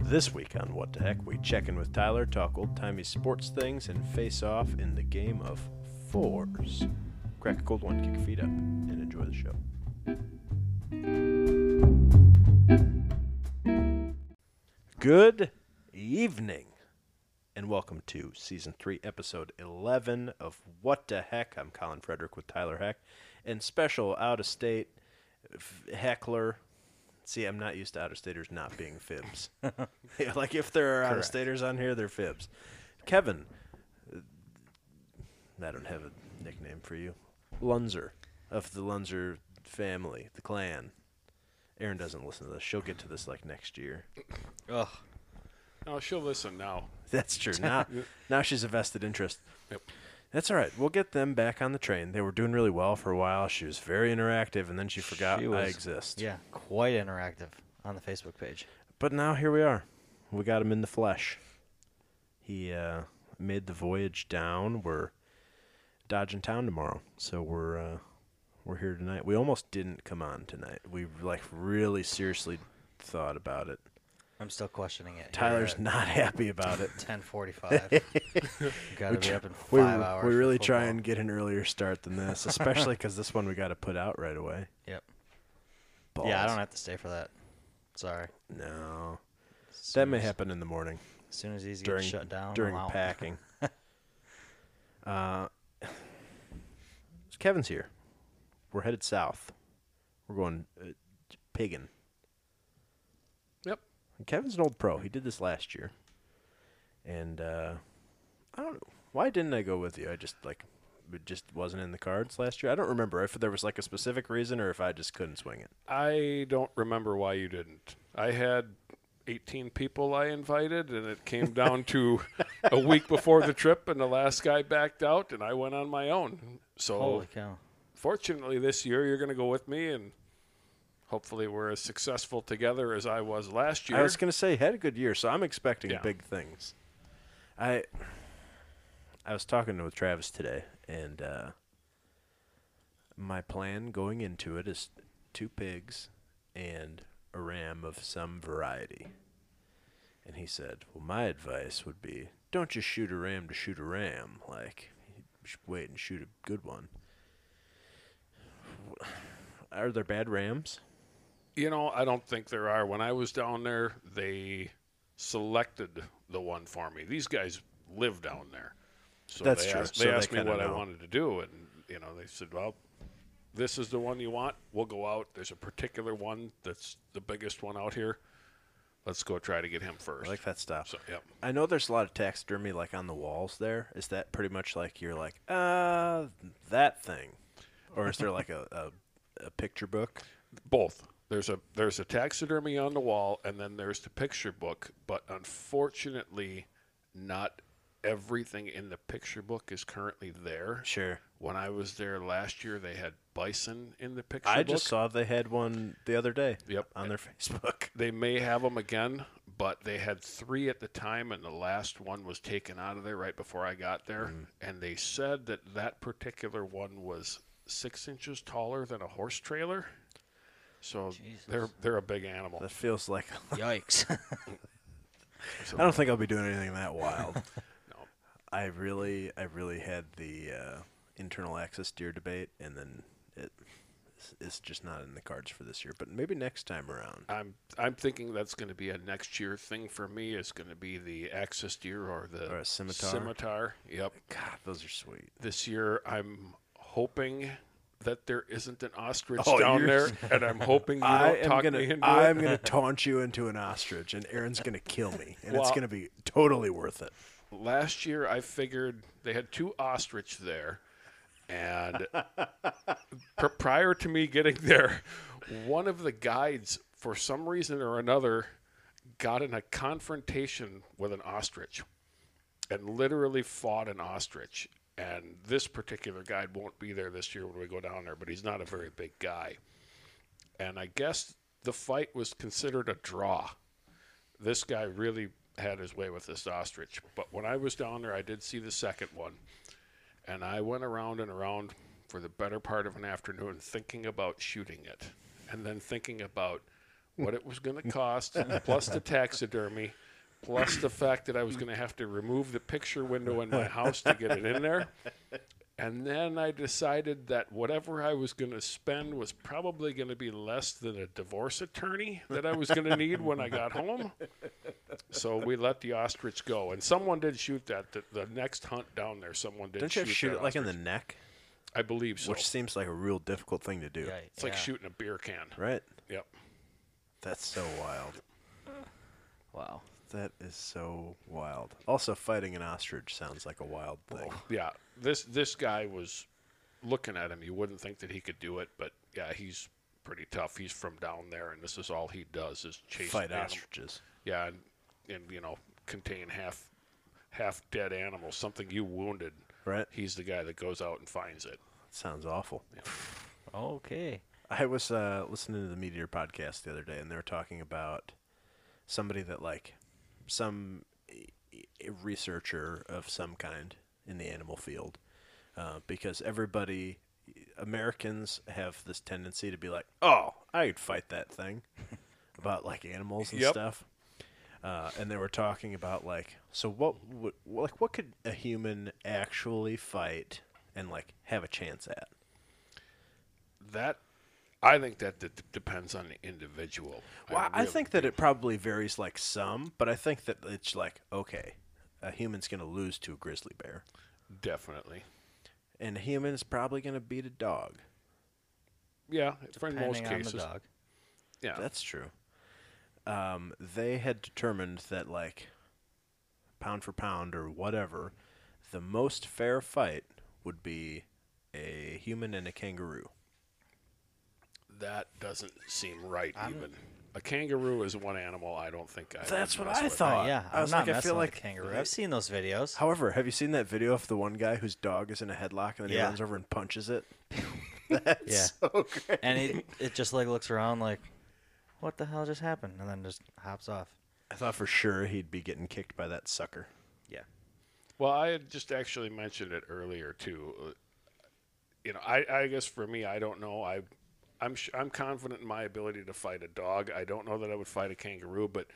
This week on What the Heck, we check in with Tyler, talk old timey sports things, and face off in the game of fours. Crack a cold one, kick your feet up, and enjoy the show. Good evening, and welcome to season three, episode 11 of What the Heck. I'm Colin Frederick with Tyler Heck, and special out of state heckler. See, I'm not used to out of staters not being fibs. Yeah, like if there are out of staters on here, they're fibs. Kevin, uh, I don't have a nickname for you. Lunzer of the Lunzer family, the clan. Aaron doesn't listen to this. She'll get to this like next year. Ugh. No, Oh, she'll listen now. That's true. Now, now she's a vested interest. Yep. That's all right. We'll get them back on the train. They were doing really well for a while. She was very interactive, and then she forgot She I was- exist. Yeah, quite interactive on the Facebook page. But now here we are. We got him in the flesh. He uh, made the voyage down. We're dodging town tomorrow, so we're uh, we're here tonight. We almost didn't come on tonight. We like really seriously thought about it. I'm still questioning it. Tyler's You're not happy about it. at 10:45. Got to be tr- up in five we, hours. we for really try football. and get an earlier start than this, especially because this one we got to put out right away. Yep. Balls. Yeah, I don't have to stay for that. Sorry. No, As that soon may as- happen in the morning. As soon as these during get shut down, during I'm out. packing. uh, Kevin's here. We're headed south. We're going uh, piggin. Yep. And Kevin's an old pro. He did this last year, and uh, I don't know why didn't I go with you. I just like it just wasn't in the cards last year. I don't remember if there was like a specific reason or if I just couldn't swing it. I don't remember why you didn't. I had 18 people I invited, and it came down to a week before the trip, and the last guy backed out, and I went on my own. So, Holy cow! fortunately, this year you're going to go with me, and hopefully, we're as successful together as I was last year. I was gonna say he had a good year, so I'm expecting Yeah. big things. I I was talking with Travis today, and uh, my plan going into it is two pigs and a ram of some variety. And he said, "Well, my advice would be don't just shoot a ram to shoot a ram. Like, you should wait and shoot a good one." Are there bad rams? You know, I don't think there are. When I was down there, they selected the one for me. These guys live down there, so That's they true. asked, So they they asked me kinda what I know. wanted to do, and you know, they said, "Well, this is the one you want. We'll go out. There's a particular one that's the biggest one out here. Let's go try to get him I first. like that stuff. So, yep. I know there's a lot of taxidermy like on the walls there. Is that pretty much like you're like, uh, that thing? Or is there like a, a, a picture book? both. There's a there's a taxidermy on the wall, and then there's the picture book. But unfortunately, not everything in the picture book is currently there. Sure. When I was there last year, they had bison in the picture I book. just saw they had one the other day Yep. on their Facebook. They may have them again, but they had three at the time, and the last one was taken out of there right before I got there. Mm-hmm. And they said that that particular one was six inches taller than a horse trailer. So they're they're a big animal. That feels like Yikes! I don't think I'll be doing anything that wild. No. I really, I really had the uh, internal access deer debate, and then it it's just not in the cards for this year. But maybe next time around. I'm I'm thinking that's going to be a next year thing for me. Is going to be the axis deer or the Or a scimitar. Scimitar. Yep. God, those are sweet. This year, I'm hoping that there isn't an ostrich Oh, down you're- there, and I'm hoping you I don't am talk gonna me into I'm it. gonna taunt you into an ostrich, and Aaron's gonna kill me, and it's Well- gonna be totally worth it. Last year, I figured they had two ostrich there, and pr- prior to me getting there, one of the guides, for some reason or another, got in a confrontation with an ostrich and literally fought an ostrich. And this particular guide won't be there this year when we go down there, but he's not a very big guy. And I guess the fight was considered a draw. This guy really had his way with this ostrich. But when I was down there, I did see the second one. And I went around and around for the better part of an afternoon thinking about shooting it and then thinking about what it was going to cost, plus the taxidermy, plus the fact that I was going to have to remove the picture window in my house to get it in there. And then I decided that whatever I was going to spend was probably going to be less than a divorce attorney that I was going to need when I got home. So we let the ostrich go. And someone did shoot that. The, the next hunt down there, someone did Don't you shoot, have to shoot that it like in the ostrich. neck? I believe so. Which seems like a real difficult thing to do. Right, it's like yeah. shooting a beer can. Right? Yep. That's so wild. Wow. That is so wild. Also, fighting an ostrich sounds like a wild thing. Yeah, this this guy was looking at him. You wouldn't think that he could do it, but yeah, he's pretty tough. He's from down there, and this is all he does is chase Fight anim- ostriches. Yeah, and, and you know, contain half half dead animals, something you wounded. Right? He's the guy that goes out and finds it. Sounds awful. Okay. I was uh, listening to the Meteor podcast the other day, and they were talking about somebody that, like, some e- e- researcher of some kind in the animal field, uh, because everybody, Americans have this tendency to be like, oh, I'd fight that thing about, like, animals and Yep. stuff. Uh, and they were talking about like, so what, would like, what could a human actually fight and like have a chance at? That I think that d- depends on the individual. Well, I really- think that it probably varies like some, but I think that it's like okay, a human's gonna lose to a grizzly bear, definitely. and a human's probably gonna beat a dog. Yeah, for in Depending most on the cases. dog. Yeah. That's true. Um, they had determined that like pound for pound or whatever, the most fair fight would be a human and a kangaroo. That doesn't seem right. even a kangaroo is one animal. I don't think I. That's would what mess I with. thought. But Oh, yeah, I I'm was not like, I messing feel with like a kangaroo. that- I've seen those videos. However, have you seen that video of the one guy whose dog is in a headlock and then he Yeah. runs over and punches it? That's Yeah. so great. and it it just like looks around like, what the hell just happened? And then just hops off. I thought for sure he'd be getting kicked by that sucker. Yeah. Well, I had just actually mentioned it earlier too. Uh, You know, I, I guess for me, I don't know. I, I'm sh- I'm confident in my ability to fight a dog. I don't know that I would fight a kangaroo, but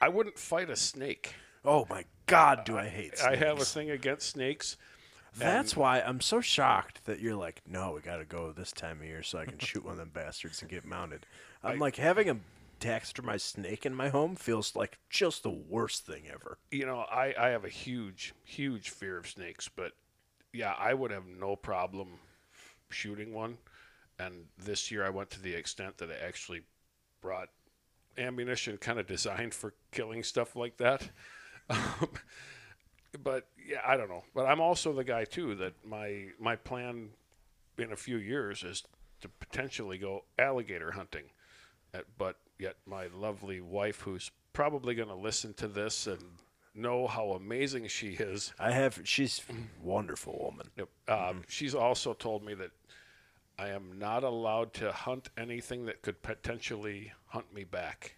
I wouldn't fight a snake. Oh my God, do I hate snakes. I have a thing against snakes. That's why I'm so shocked that you're like, no, we got to go this time of year so I can shoot one of them bastards and get mounted. I'm like, having a taxidermized snake in my home feels like just the worst thing ever. you know, I, I have a huge, huge fear of snakes, but yeah, I would have no problem shooting one. And this year I went to the extent that I actually brought ammunition kind of designed for killing stuff like that. Um, but yeah, I don't know. But I'm also the guy too that my my plan in a few years is to potentially go alligator hunting. Uh, but yet my lovely wife, who's probably going to listen to this and know how amazing she is, I have, she's a wonderful woman. um, she's also told me that I am not allowed to hunt anything that could potentially hunt me back.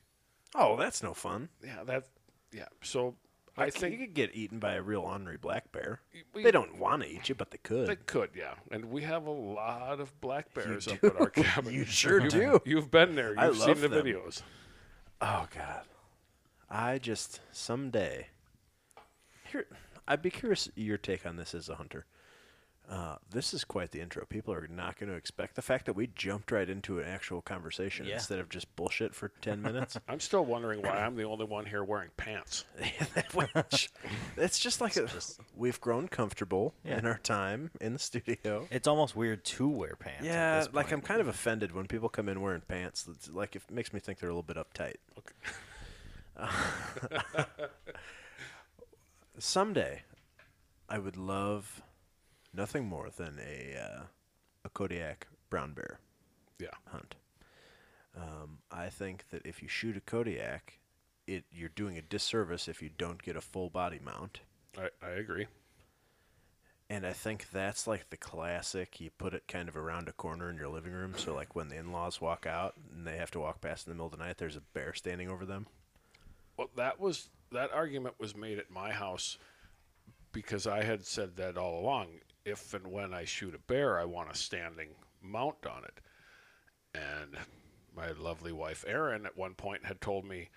Oh, that's no fun. Yeah, that. Yeah, so I, Like, think you could get eaten by a real ornery black bear. we- they don't want to eat you, but they could. They could, yeah. And we have a lot of black bears up at our cabin. You sure You've- do. You've been there. You've I love seen the them. videos. Oh God, I just someday. Here, I'd be curious your take on this as a hunter. Uh, this is quite the intro. People are not going to expect the fact that we jumped right into an actual conversation Yeah. instead of just bullshit for ten minutes. I'm still wondering why I'm the only one here wearing pants. Which, it's just like a, we've grown comfortable in our time in the studio. It's almost weird to wear pants. at Yeah, this like point. I'm kind of offended when people come in wearing pants. It's like it makes me think they're a little bit uptight. Okay. someday I would love nothing more than a uh, a Kodiak brown bear Yeah. hunt. Um, I think that if you shoot a Kodiak, it you're doing a disservice if you don't get a full body mount. I, I agree. And I think that's like the classic. You put it kind of around a corner in your living room, so like when the in-laws walk out and they have to walk past in the middle of the night, there's a bear standing over them. Well, that was that argument was made at my house because I had said that all along. If and when I shoot a bear, I want a standing mount on it. And my my lovely wife Erin at one point had told me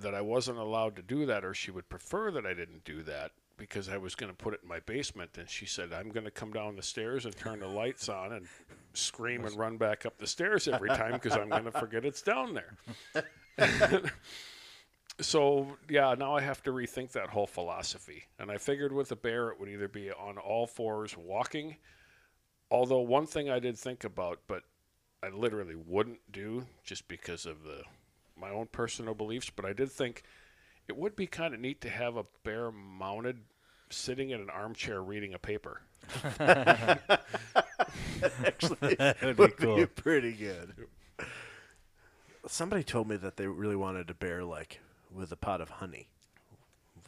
that I wasn't allowed to do that, or she would prefer that I didn't do that because I was going to put it in my basement. And she said, I'm going to come down the stairs and turn the lights on and scream and run back up the stairs every time because I'm going to forget it's down there. so, yeah, now I have to rethink that whole philosophy. And I figured with the bear, it would either be on all fours walking. Although, one thing I did think about, but I literally wouldn't do just because of the my own personal beliefs, but I did think it would be kind of neat to have a bear mounted sitting in an armchair reading a paper. Actually, That would be cool. pretty good. Somebody told me that they really wanted a bear like with a pot of honey.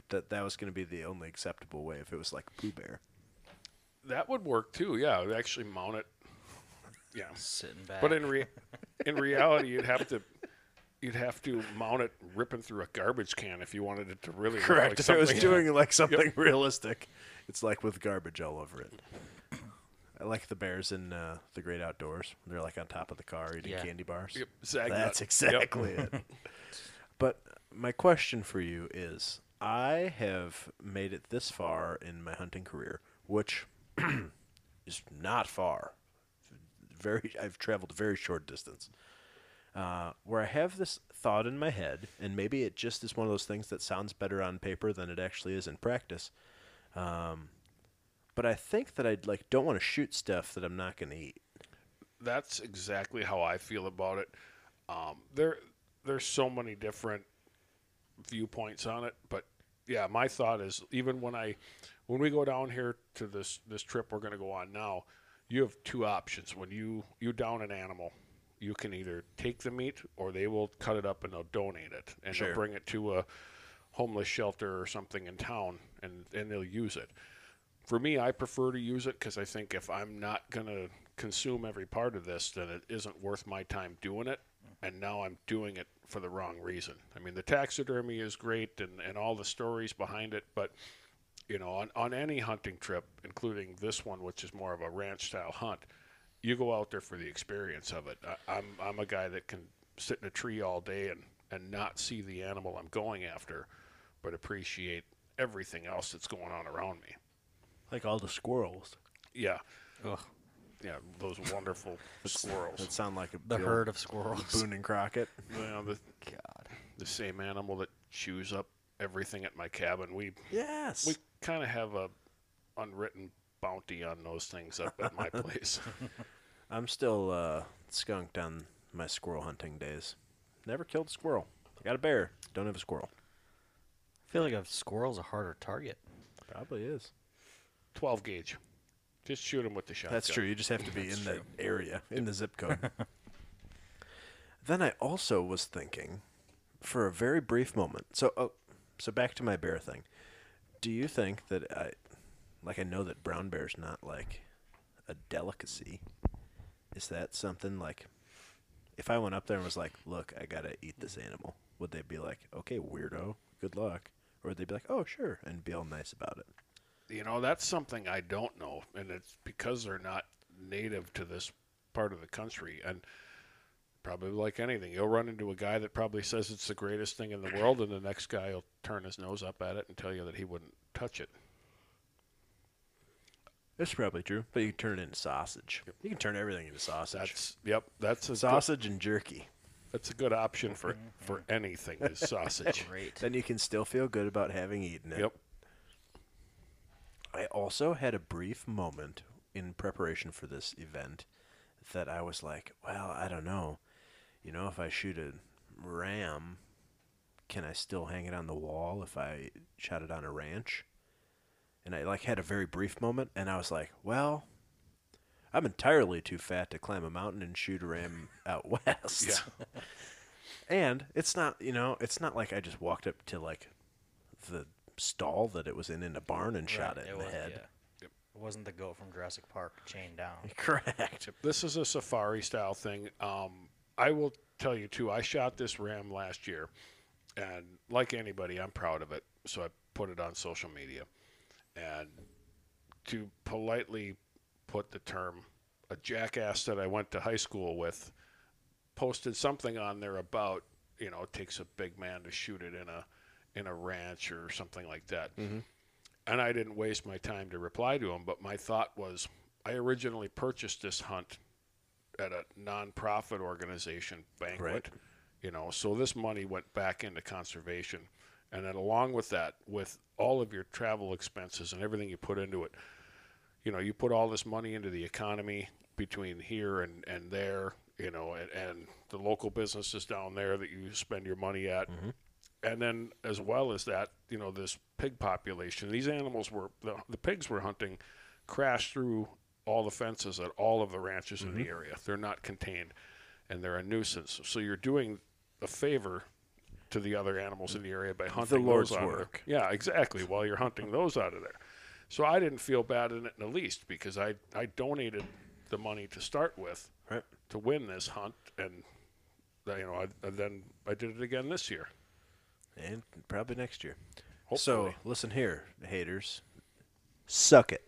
That that was going to be the only acceptable way if it was like Pooh Bear. That would work too. Yeah, I'd actually mount it. Yeah, Sitting back. but in re- in reality, you'd have to you'd have to mount it ripping through a garbage can if you wanted it to really look Correct. if Like it was something. doing like something realistic, it's like with garbage all over it. I like the bears in uh, the great outdoors. They're like on top of the car eating Yeah. candy bars. Yep, zag That's nut. exactly it. But my question for you is I have made it this far in my hunting career, which is not far. Very, I've traveled a very short distance. Uh, where I have this thought in my head, and maybe it just is one of those things that sounds better on paper than it actually is in practice. Um, but I think that I would like don't want to shoot stuff that I'm not going to eat. that's exactly how I feel about it. Um, there, there's so many different viewpoints on it, but yeah, my thought is even when I, when we go down here to this this trip we're going to go on now, you have two options when you you down an animal. You can either take the meat, or they will cut it up and they'll donate it, and Sure. they'll bring it to a homeless shelter or something in town, and and they'll use it for me, I prefer to use it because I think if I'm not going to consume every part of this, then it isn't worth my time doing it. And now I'm doing it for the wrong reason. I mean, the taxidermy is great and, and all the stories behind it, but, you know, on, on any hunting trip, including this one, which is more of a ranch style hunt, you go out there for the experience of it. I, I'm, I'm a guy that can sit in a tree all day and, and not see the animal I'm going after, but appreciate everything else that's going on around me. Like all the squirrels. Yeah, Ugh, yeah, those wonderful squirrels. That sound like a the the herd of squirrels. Boone and Crockett. Well, the, God. the same animal that chews up everything at my cabin. We Yes. we kind of have a unwritten bounty on those things up at my place. I'm still uh, skunked on my squirrel hunting days. Never killed a squirrel. I got a bear. Don't have a squirrel. I feel like a squirrel's a harder target. Probably is. Twelve gauge. Just shoot them with the shotgun. That's true. You just have to be in the area, in the zip code. then I also was thinking, for a very brief moment. So, oh, so back to my bear thing. Do you think that I, like, I know that brown bear's not like a delicacy. Is that something like, if I went up there and was like, "Look, I gotta eat this animal," would they be like, "Okay, weirdo, good luck," or would they be like, "Oh, sure," and be all nice about it? You know, that's something I don't know, and it's because they're not native to this part of the country. And probably like anything, you'll run into a guy that probably says it's the greatest thing in the world, and the next guy will turn his nose up at it and tell you that he wouldn't touch it. That's probably true. But you can turn it into sausage. You can turn everything into sausage. That's yep. That's a good, sausage and jerky. that's a good option for for anything is sausage. Great. Then you can still feel good about having eaten it. Yep. I also had a brief moment in preparation for this event that I was like, well, I don't know. You know, if I shoot a ram, can I still hang it on the wall if I shot it on a ranch? And I like had a very brief moment and I was like, well, I'm entirely too fat to climb a mountain and shoot a ram out west. Yeah. And it's not, you know, it's not like I just walked up to like the stall that it was in in a barn and shot it, in the was, head. yeah. It wasn't the goat from Jurassic Park chained down. Correct. This is a safari style thing. Um, I will tell you too. I shot this ram last year, and like anybody, I'm proud of it. So I put it on social media, and to politely put the term a jackass that I went to high school with posted something on there about you know it takes a big man to shoot it in a in a ranch or something like that. And I didn't waste my time to reply to him, but my thought was I originally purchased this hunt at a nonprofit organization banquet. Right. You know, so this money went back into conservation. And then along with that, with all of your travel expenses and everything you put into it, you know, you put all this money into the economy between here and, and there, you know, and, and the local businesses down there that you spend your money at. And then, as well as that, you know, this pig population, these animals were, the, the pigs were hunting, crashed through all the fences at all of the ranches in the Mm-hmm. area. They're not contained and they're a nuisance. So you're doing a favor to the other animals in the area by hunting those Lord's out of there. work. Yeah, exactly. While you're hunting those out of there. So I didn't feel bad in it in the least because I, I donated the money to start with Right. to win this hunt. And, you know, I, and then I did it again this year. And probably next year. So Hopefully. listen here, haters. Suck it.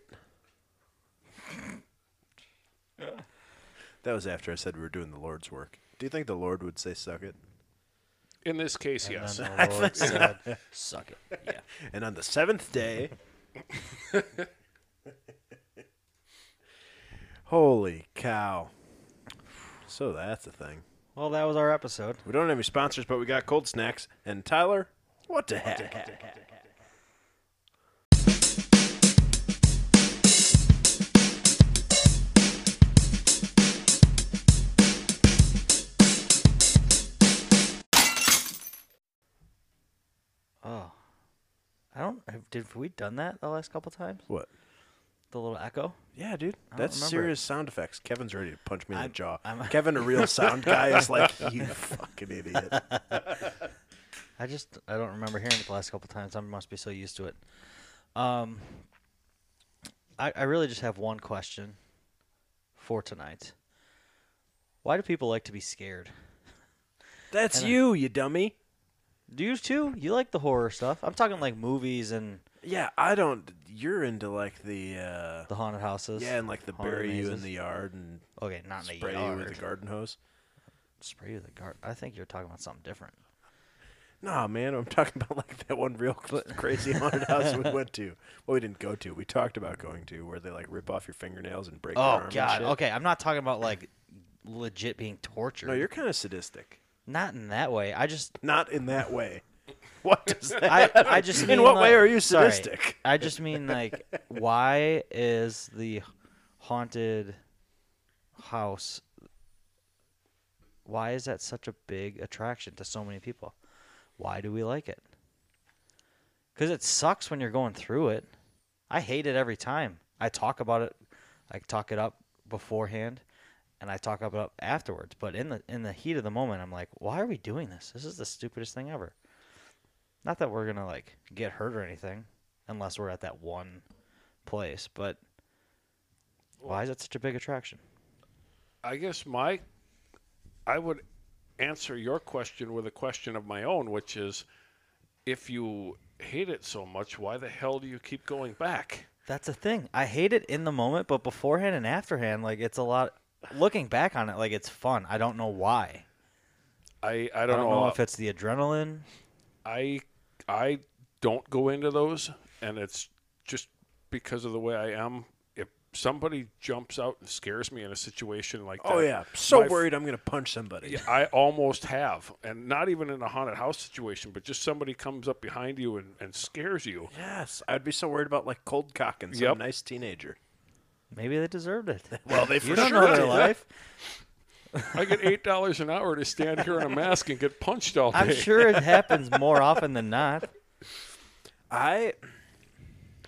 that was after I said we were doing the Lord's work. Do you think the Lord would say suck it? In this case, yes. And then the Lord said, "Suck it." Yeah. And on the seventh day. Holy cow. So that's a thing. Well, that was our episode. We don't have any sponsors, but we got cold snacks. And Tyler, what the heck? Oh, I don't. have- Did we done that the last couple times? What? The little echo. Yeah, dude. I don't That's remember serious sound effects. Kevin's ready to punch me in I'm- the jaw. I'm- Kevin, a real sound guy, is like, you fucking idiot. I just I don't remember hearing it the last couple times. I must be so used to it. Um, I I really just have one question for tonight. Why do people like to be scared? That's you, you dummy. Do you too? You like the horror stuff? I'm talking like movies and Yeah, I don't. You're into like the. Uh, the haunted houses. yeah, and like the haunted bury you in mazes. the yard and okay, not in the spray you yard. with a garden hose. spray you with a guard. I think you're talking about something different. Nah, man, I'm talking about like that one real crazy haunted house we went to. Well, we didn't go to. We talked about going to where they like rip off your fingernails and break. your arm Oh and God. shit. Okay, I'm not talking about like legit being tortured. No, you're kind of sadistic. not in that way. I just Not in that way. What does that? I, I just In mean, what like- way are you sorry. sadistic? I just mean like why is the haunted house why is that such a big attraction to so many people? Why do we like it? Cuz it sucks when you're going through it. I hate it every time. I talk about it I talk it up beforehand and I talk about it afterwards, but in the in the heat of the moment I'm like, why are we doing this? This is the stupidest thing ever. Not that we're gonna like get hurt or anything, unless we're at that one place. But why is that such a big attraction? I guess my I would answer your question with a question of my own, which is if you hate it so much, why the hell do you keep going back? That's a thing. I hate it in the moment, but beforehand and afterhand, like it's a lot. Looking back on it, like it's fun. I don't know why. I, I I don't, don't know. know if it's the adrenaline. I I don't go into those and it's just because of the way I am. If somebody jumps out and scares me in a situation like that. Oh yeah, so my f- worried I'm gonna punch somebody. Yeah, I almost have, and not even in a haunted house situation, but just somebody comes up behind you and, and scares you. Yes, I'd be so worried about like cold cocking some Yep. nice teenager. Maybe they deserved it. Well, they you for don't sure know their did. life. I get eight dollars an hour to stand here in a mask and get punched all day. I'm sure it happens more often than not. I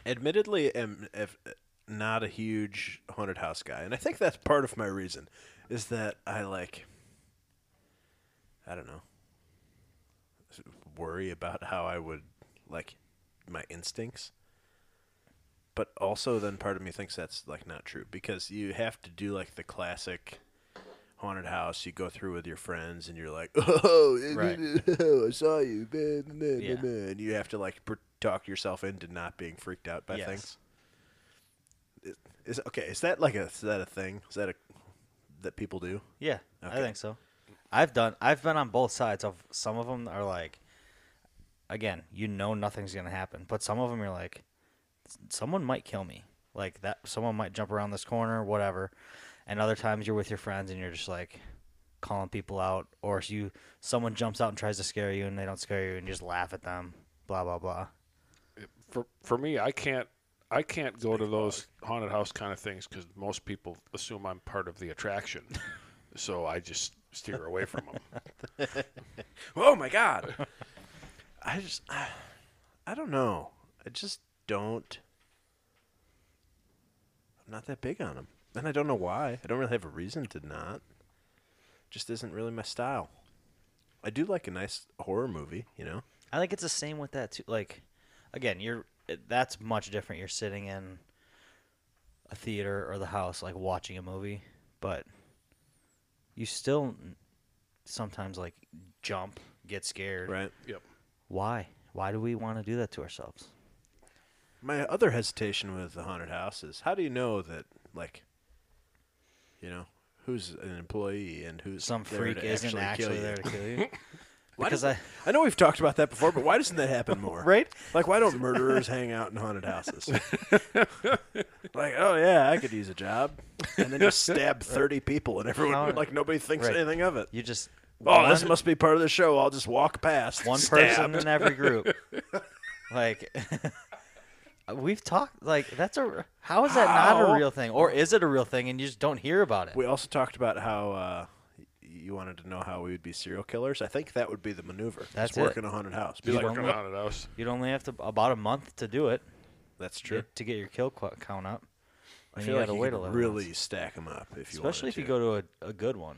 admittedly am if, not a huge haunted house guy, and I think that's part of my reason is that I like I don't know worry about how I would like my instincts. But also then part of me thinks that's like not true because you have to do like the classic haunted house you go through with your friends and you're like, "Oh, Right. I saw you." Yeah. And you have to like pr- talk yourself into not being freaked out by Yes. things. Is okay, is that like a is that a thing? Is that a that people do? Yeah, I Okay. think so. I've done. I've been on both sides of some of them are like, again, you know nothing's gonna happen, but some of them you're like, someone might kill me. Like that, someone might jump around this corner, whatever. And other times you're with your friends and you're just like calling people out, or you someone jumps out and tries to scare you and they don't scare you and you just laugh at them. Blah blah blah. for for me, I can't I can't go to those haunted house kind of things because most people assume I'm part of the attraction, so I just steer away from them. Oh my god. I just I, I don't know. I just don't I'm not that big on them. And I don't know why. I don't really have a reason to not. Just isn't really my style. I do like a nice horror movie, you know. I think it's the same with that too. Like, again, you're it- that's much different. You're sitting in a theater or the house, like watching a movie, but you still n- sometimes like jump, get scared. Right. Yep. Why? Why do we want to do that to ourselves? My other hesitation with the haunted house is how do you know that like you know, who's an employee and who's Some there freak to isn't actually, kill actually you? there to kill you. Why because does- I- I know we've talked about that before, but why doesn't that happen more? Right? Like, why don't murderers hang out in haunted houses? like, oh yeah, I could use a job, and then just stab thirty people, and everyone No. like nobody thinks Right. anything of it. You just Oh, one this must be part of the show. I'll just walk past. one person in every group. like we've talked like that's a how is that not How? a real thing or is it a real thing and you just don't hear about it? We also talked about how uh, y- you wanted to know how we would be serial killers. I think that would be the maneuver. That's just work it. in a haunted house. Be Be You like, like don't a look- haunted house. You'd only have to about a month to do it that's to true. get- to get your kill qu- count up. I And feel you like gotta you wait could a little. really stack them up if you wanted especially if you to. go to a, a good one.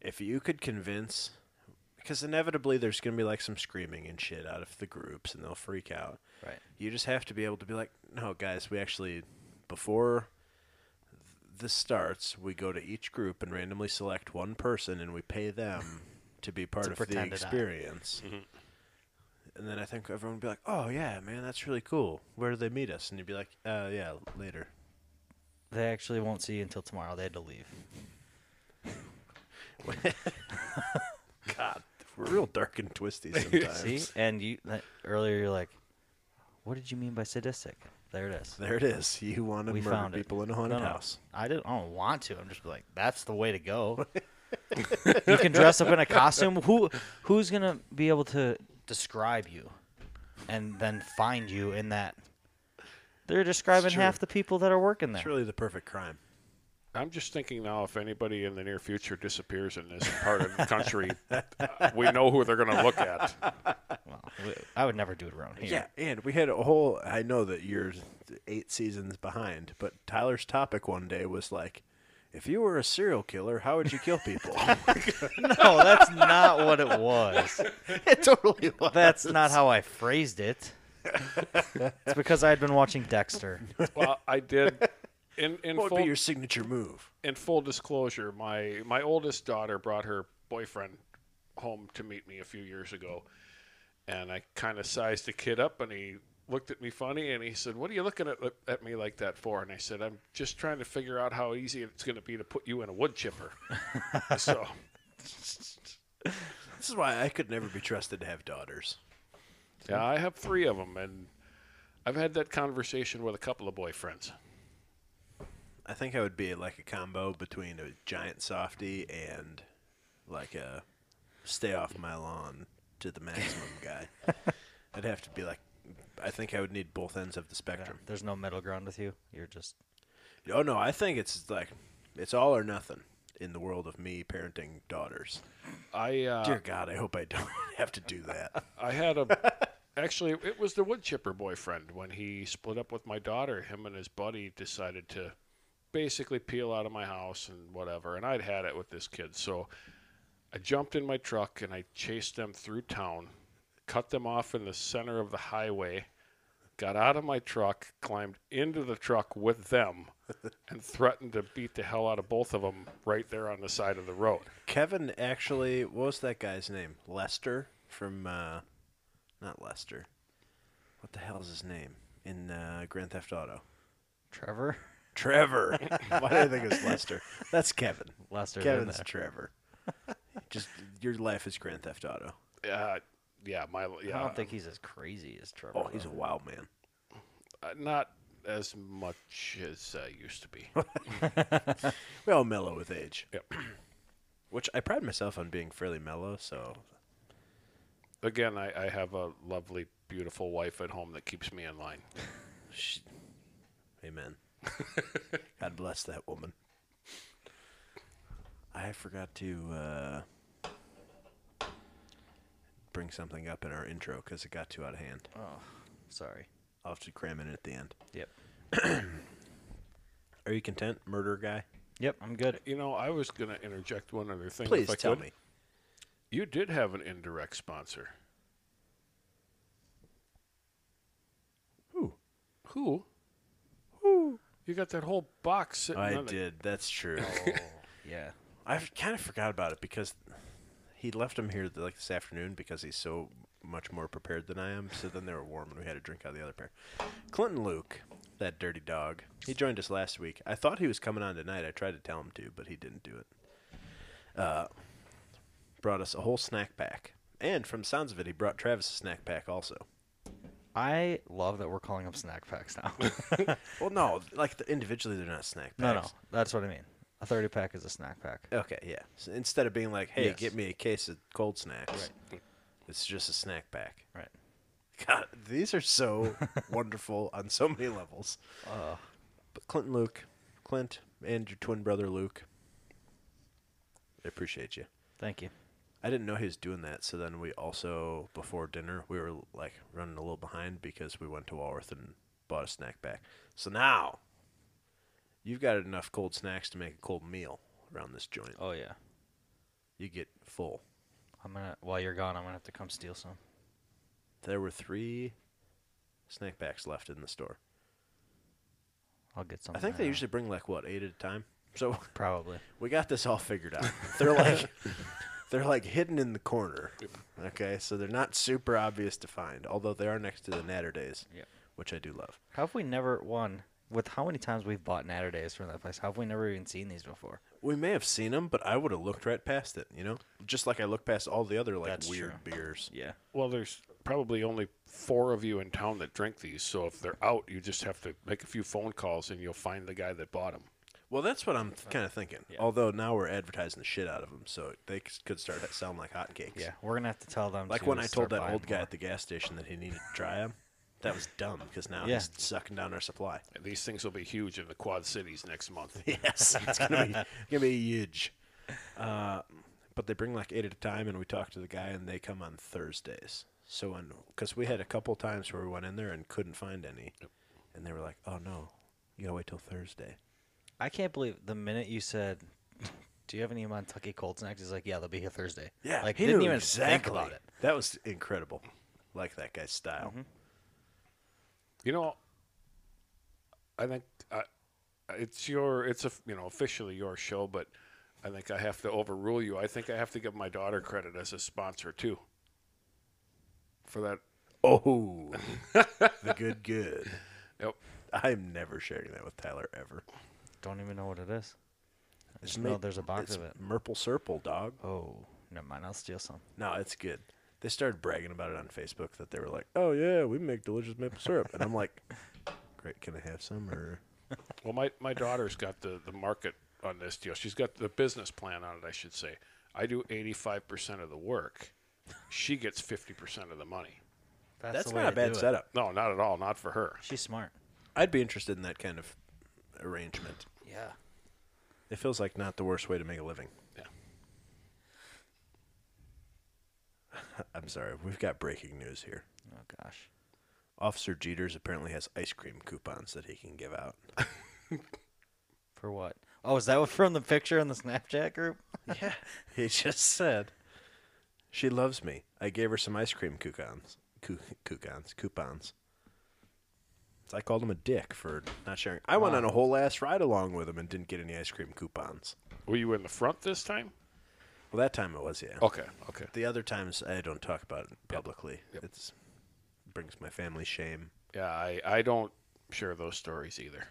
if you could convince because inevitably there's going to be like some screaming and shit out of the groups and they'll freak out Right. you just have to be able to be like no guys we actually before this starts we go to each group and randomly select one person and we pay them to be part To of the pretend to die. Mm-hmm. experience and then i think everyone would be like oh yeah man that's really cool where do they meet us and you'd be like uh, yeah later They actually won't see you until tomorrow. They had to leave. god we're real dark and twisty sometimes See? And you that, earlier you're like, what did you mean by sadistic? There it is. There it is. You want to we murder found it. Uh-huh. people in a No, haunted no. house. I didn't. I don't want to. I'm just like, that's the way to go. you can dress up in a costume. Who who's gonna be able to describe you, and then find you in that? They're describing true. half the people that are working there. It's really the perfect crime. I'm just thinking now if anybody in the near future disappears in this part of the country, uh, we know who they're going to look at. Well, we- I would never do it around here. Yeah. and we had a whole. I know that you're eight seasons behind, but Tyler's topic one day was like, if you were a serial killer, how would you kill people? No, that's not what it was. it totally was. That's not how I phrased it. it's because I had been watching Dexter. Well, I did. In, in What would full, be your signature move? in full disclosure, my my oldest daughter brought her boyfriend home to meet me a few years ago, and I kind of sized the kid up, and he looked at me funny, and he said, "What are you looking at at me like that for?" And I said, "I'm just trying to figure out how easy it's going to be to put you in a wood chipper." so This is why I could never be trusted to have daughters. yeah, I have three of them, and I've had that conversation with a couple of boyfriends. I think I would be like a combo between a giant softy and like a stay off my lawn to the maximum guy. I'd have to be like, I think I would need both ends of the spectrum. There's no middle ground with you. You're just Oh no, I think it's like it's all or nothing in the world of me parenting daughters. I uh, Dear God, I hope I don't have to do that. I had a actually it was the wood chipper boyfriend when he split up with my daughter. Him and his buddy decided to basically peel out of my house and whatever. And I'd had it with this kid, so I jumped in my truck and I chased them through town, cut them off in the center of the highway. Got out of my truck, climbed into the truck with them, and threatened to beat the hell out of both of them right there on the side of the road. Kevin actually, what was that guy's name? Lester from, uh, not Lester. What the hell is his name in uh, Grand Theft Auto? Trevor Trevor. Why do I think it was Lester? That's Kevin. Lester. in Kevin's there. Trevor. Just your life is Grand Theft Auto. Uh, yeah, my yeah. I don't think he's as crazy as Trevor. Oh, he's a though. wild man. uh, not as much as I used to be. We all mellow with age. Yep. Which I pride myself on being fairly mellow, so Again, I, I have a lovely, beautiful wife at home that keeps me in line. sh- amen. God bless that woman. I forgot to uh, bring something up in our intro because it got too out of hand. Oh, Sorry. I'll have to cram it in at the end. Yep. Are you content, murder guy? Yep. I'm good. You know, I was going to interject one other thing. Please if I tell could. me. You did have an indirect sponsor. Who? Who? Who? You got that whole box sitting I on it. did. That's true. Yeah. I kind of forgot about it because he left him here like this afternoon because he's so much more prepared than I am. So then they were warm and we had a drink out of the other pair. Clinton Luke, that dirty dog, he joined us last week. I thought he was coming on tonight. I tried to tell him to, but he didn't do it. Uh, brought us a whole snack pack. And from the sounds of it, he brought Travis a snack pack also. I love that we're calling them snack packs now. Well, no, like the, individually, they're not snack packs. no, no, that's what I mean. A thirty pack is a snack pack. Okay, yeah. So instead of being like, "Hey, Yes. get me a case of cold snacks," it's just a snack pack. Right. God, these are so wonderful on so many levels. Uh. but Clint, and Luke, Clint, and your twin brother Luke, I appreciate you. Thank you. I didn't know he was doing that, so then we also before dinner we were like running a little behind because we went to Walworth and bought a snack pack. So now you've got enough cold snacks to make a cold meal around this joint. Oh yeah. You get full. I'm gonna. While you're gone, I'm gonna have to come steal some. There were three snack packs left in the store. I'll get some. I think they later. usually bring like what eight at a time. So probably. we got this all figured out. They're like they're like hidden in the corner. Okay, so they're not super obvious to find, although they are next to the Natter Days, Yep. which I do love. How have we never won? With how many times we've bought Natterdays from that place? How have we never even seen these before? We may have seen them, but I would have looked right past it. You know, just like I look past all the other like That's weird true. beers. Yeah. Well, there's probably only four of you in town that drink these, so if they're out, you just have to make a few phone calls and you'll find the guy that bought them. Well, that's what I'm kind of thinking. Although now we're advertising the shit out of them, so they c- could start to sound like hotcakes. Yeah. We're gonna have to tell them. Like to when I told start that buying old guy more. at the gas station that he needed to try them, that was dumb because now Yeah. he's sucking down our supply. And these things will be huge in the Quad Cities next month. Yes, it's gonna be gonna be huge. Uh, but they bring like eight at a time, and we talk to the guy, and they come on Thursdays. So when because we had a couple times where we went in there and couldn't find any, and they were like, "Oh no, you gotta wait till Thursday." I can't believe the minute you said, "Do you have any Montucky cold snacks?" He's like, "Yeah, they'll be here Thursday." Like he didn't knew even exactly. think about it. Mm-hmm. That was incredible. Like that guy's style. You know, I think I, it's your it's a you know officially your show, but I think I have to overrule you. I think I have to give my daughter credit as a sponsor too. For that, Oh, the good, good. yep. I'm never sharing that with Tyler ever. Don't even know what it is. I just It's know made- there's a box it's of it. Merple Serple, dog. Oh, never mind. I'll steal some. No, it's good. They started bragging about it on Facebook that they were like, "Oh yeah, we make delicious maple syrup," and I'm like, "Great, can I have some?" Or Well, my my daughter's got the the market on this deal. She's got the business plan on it, I should say. I do eighty five percent of the work. She gets fifty percent of the money. that's, the way not a to bad do it. setup. No, not at all. Not for her. She's smart. I'd be interested in that kind of arrangement. Yeah. It feels like not the worst way to make a living. Yeah. I'm sorry, we've got breaking news here. Oh gosh. Officer Jeters apparently has ice cream coupons that he can give out. For what? Oh, is that what from the picture in the Snapchat group? yeah, he just said, "She loves me. I gave her some ice cream coupons, Cou- coupons, coupons." So I called him a dick for not sharing. I went on a whole ass ride along with him and didn't get any ice cream coupons. Were you in the front this time? Well, that time it was yeah. Okay. Okay. The other times I don't talk about it publicly. It's brings my family shame. Yeah, I I don't share those stories either.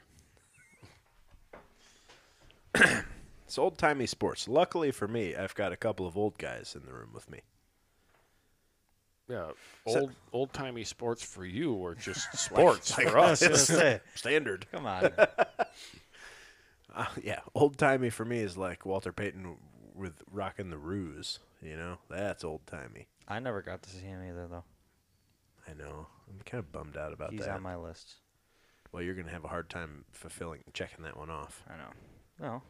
It's old timey sports. Luckily for me, I've got a couple of old guys in the room with me. Yeah, So- old old timey sports for you or just sports for us. Say, Standard. Come on. Uh, yeah, old timey for me is like Walter Payton with rocking the ruse. You know, that's old timey. I never got to see him either, though. I know. I'm kind of bummed out about He's that. on my list. well, you're gonna have a hard time fulfilling checking that one off. I know. No.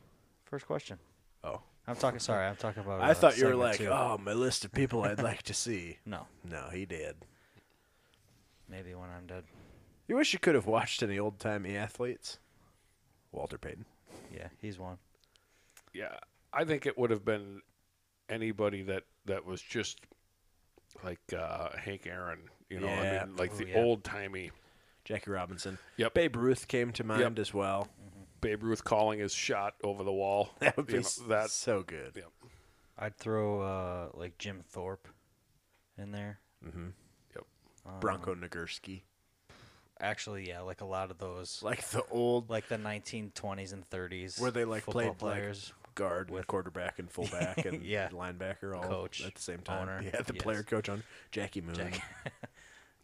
First question. Oh, I'm talking. Sorry, I'm talking about. I uh, thought you were segment like, two. oh, my list of people I'd like to see. No, No, he did. maybe when I'm dead. You wish you could have watched any old timey athletes. Walter Payton. Yeah, he's one. yeah, I think it would have been anybody that that was just like uh, Hank Aaron, you know, Yeah. I mean, like Ooh, the yeah. old timey Jackie Robinson. Yep. Babe Ruth came to mind as well. Babe Ruth calling his shot over the wall. That would be you s- know, that so good. yeah. I'd throw uh, like Jim Thorpe in there. Yep. Bronco Nagurski. Actually, yeah, like a lot of those, like, Like the old the 1920s and 30s, where they like football played players. like guard with quarterback and fullback and Yeah. linebacker all Coach, at the same time. owner, yeah, the yes. player coach on Jackie Moon.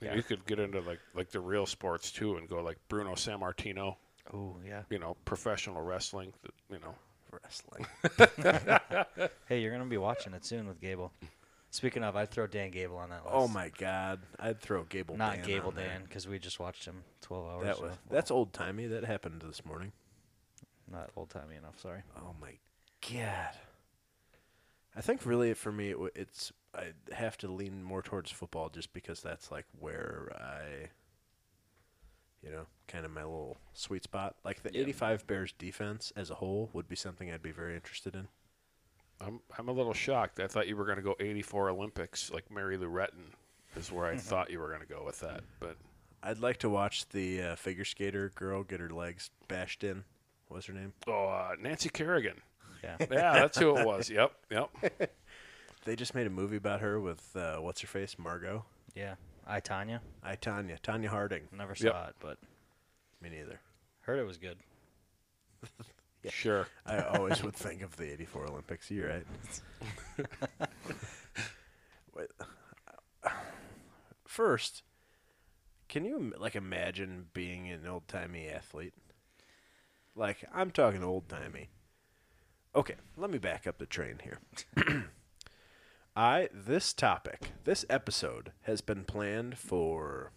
Yeah, You could get into like like the real sports too, and go like Bruno Sammartino, Oh yeah. you know, professional wrestling. th- You know, Wrestling. Hey, you're gonna be watching it soon with Gable. Speaking of, I'd throw Dan Gable on that list. oh my God. I'd throw Gable Not Dan Gable on there. Dan, because we just watched him 12 hours. That ago. was that's old timey. That happened this morning. not old timey enough. Sorry. Oh my god! I think really for me it, w- it's I have to lean more towards football just because that's like where I, you know, kind of my little sweet spot. Like the '85 Bears defense as a whole would be something I'd be very interested in. I'm I'm a little shocked. I thought you were going to go '84 Olympics, like Mary Lou Retton is where I thought you were going to go with that, but I'd like to watch the uh, figure skater girl get her legs bashed in. What was her name? oh, uh, Nancy Kerrigan. Yeah. Yeah, that's who it was. Yep, yep. They just made a movie about her with uh, what's her face, Margot. yeah. I Tanya. I Tanya, Tanya Harding. Never saw Yep. it, but Me neither. heard it was good. Sure. I always would think of the '84 Olympics. You're right. Wait. First, can you im- like imagine being an old timey athlete? Like I'm talking old timey. Okay, let me back up the train here. I this topic, this episode has been planned for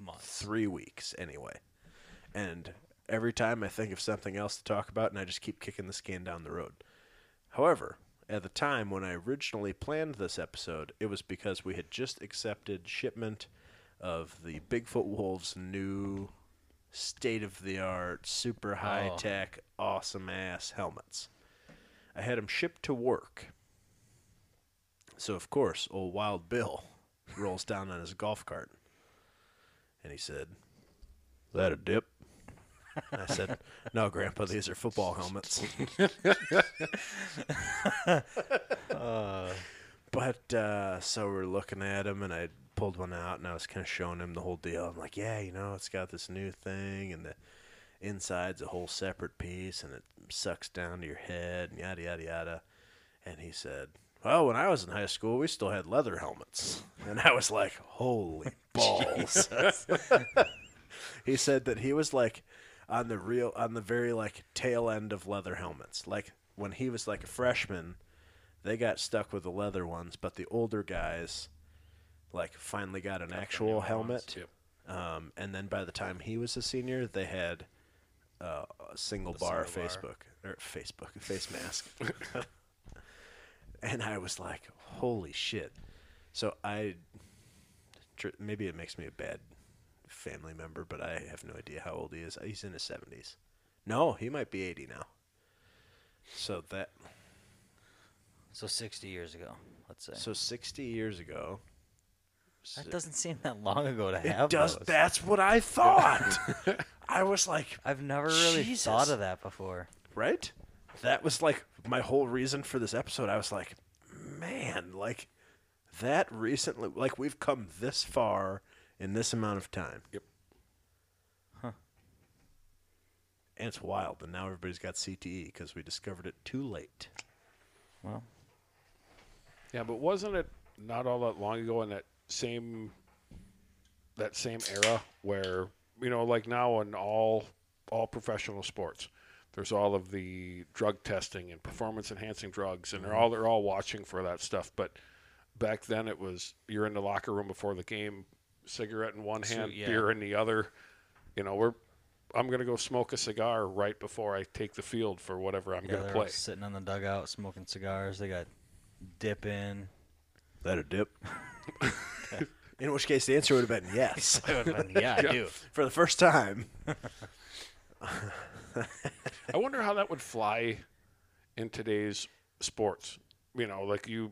Months. three weeks anyway. And every time I think of something else to talk about, and I just keep kicking this can down the road. However, at the time when I originally planned this episode, it was because we had just accepted shipment of the Bigfoot Wolves' new state of the art, super high tech, awesome ass helmets. I had them shipped to work. So, of course, old Wild Bill rolls down on his golf cart and he said, Is that a dip? I said, No, Grandpa, these are football helmets. but uh, so we're looking at him, and I pulled one out, and I was kind of showing him the whole deal. I'm like, Yeah, you know, it's got this new thing, and the inside's a whole separate piece, and it sucks down to your head, and yada, yada, yada. And he said, well, when I was in high school, we still had leather helmets. And I was like, holy balls he said that he was like on the real on the very like tail end of leather helmets like when he was like a freshman they got stuck with the leather ones but the older guys like finally got an actual helmet Yep. um, and then by the time he was a senior they had uh, a single bar single facebook or facebook face mask and i was like holy shit so i tr- maybe it makes me a bad family member, but I have no idea how old he is. He's in his seventies. No, he might be eighty now. So that So 60 years ago, let's say. so sixty years ago. that doesn't seem that long ago to It have does. those. That's what I thought. I was like, I've never really thought Jesus. of that before. right? That was like my whole reason for this episode. I was like, man, like that recently, like we've come this far in this amount of time. Yep. Huh. and it's wild. And now everybody's got CTE because we discovered it too late. Well, Yeah, but wasn't it not all that long ago in that same that same era where you know, like now in all all professional sports, there's all of the drug testing and performance enhancing drugs, Mm-hmm. and they're all they're all watching for that stuff. But back then, it was you're in the locker room before the game, cigarette in one So, hand, yeah. beer in the other. You know, we're I'm gonna go smoke a cigar right before I take the field for whatever I'm yeah, gonna they're play. all sitting in the dugout smoking cigars. They got dip in. That a dip? in which case, the answer would have been yes yeah, I do. for the first time. I wonder how that would fly in today's sports. You know, like you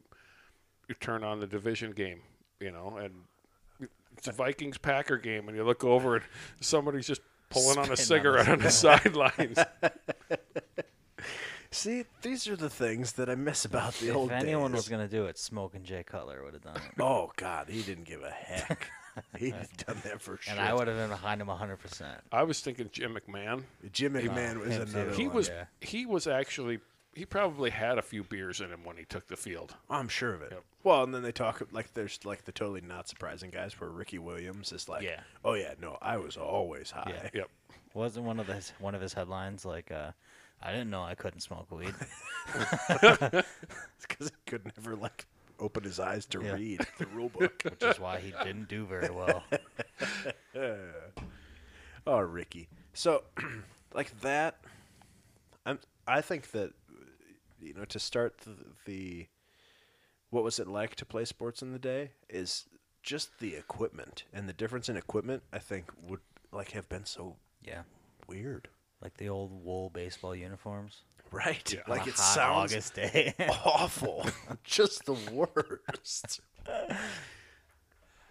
you turn on the division game, you know, and it's a Vikings Packer game and you look over and somebody's just pulling on Spitting on a the cigarette on the sidelines. See, these are the things that I miss about the old If anyone days. was gonna do it, Smoke and Jay Cutler would have done it, oh God, he didn't give a heck. He'd have done that for sure. and I would have been behind him 100. percent I was thinking Jim McMahon. Jim McMahon was him too. another He one. was yeah. he was actually he probably had a few beers in him when he took the field. I'm sure of it. Well, and then they talk like there's like the totally not surprising guys where Ricky Williams is like, Yeah. oh yeah, no, I was always high. Yeah. Yep. Wasn't one of his one of his headlines like, uh, "I didn't know I couldn't smoke weed." because he could never like open his eyes to Yeah. read the rule book. which is why he didn't do very well. oh, Ricky. So, like that, I'm. I think that you know to start the, the what was it like to play sports in the day is just the equipment and the difference in equipment. I think would like have been so Yeah, weird, like the old wool baseball uniforms. right? Yeah. Like on a it hot sounds August day. awful, just the worst.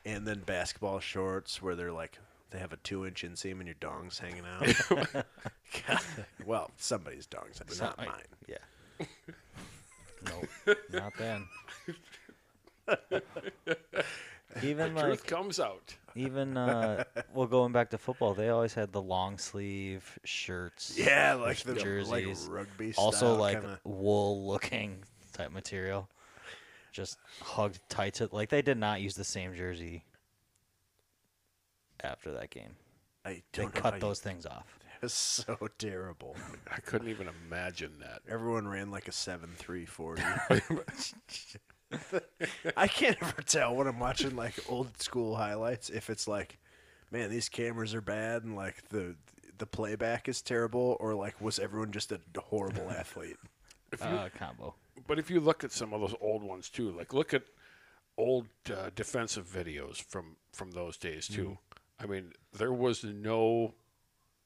and then basketball shorts where they're like they have a two inch inseam and your dong's hanging out. God. Well, somebody's dong's hanging, not mine. Yeah. nope, not then. even Truth like comes out. even uh, well, going back to football, they always had the long sleeve shirts. Yeah, like the jerseys. like rugby. also style like kinda- wool looking type material just hugged tight to like they did not use the same jersey after that game I they don't know how cut you- those things off It was so terrible. I couldn't even imagine that. Everyone ran like a seven three forty. I can't ever tell when I'm watching like old school highlights if it's like, man, these cameras are bad and like the the playback is terrible, or like was everyone just a horrible athlete? uh, combo But if you look at some of those old ones too, like look at old uh, defensive videos from from those days too. I mean, there was no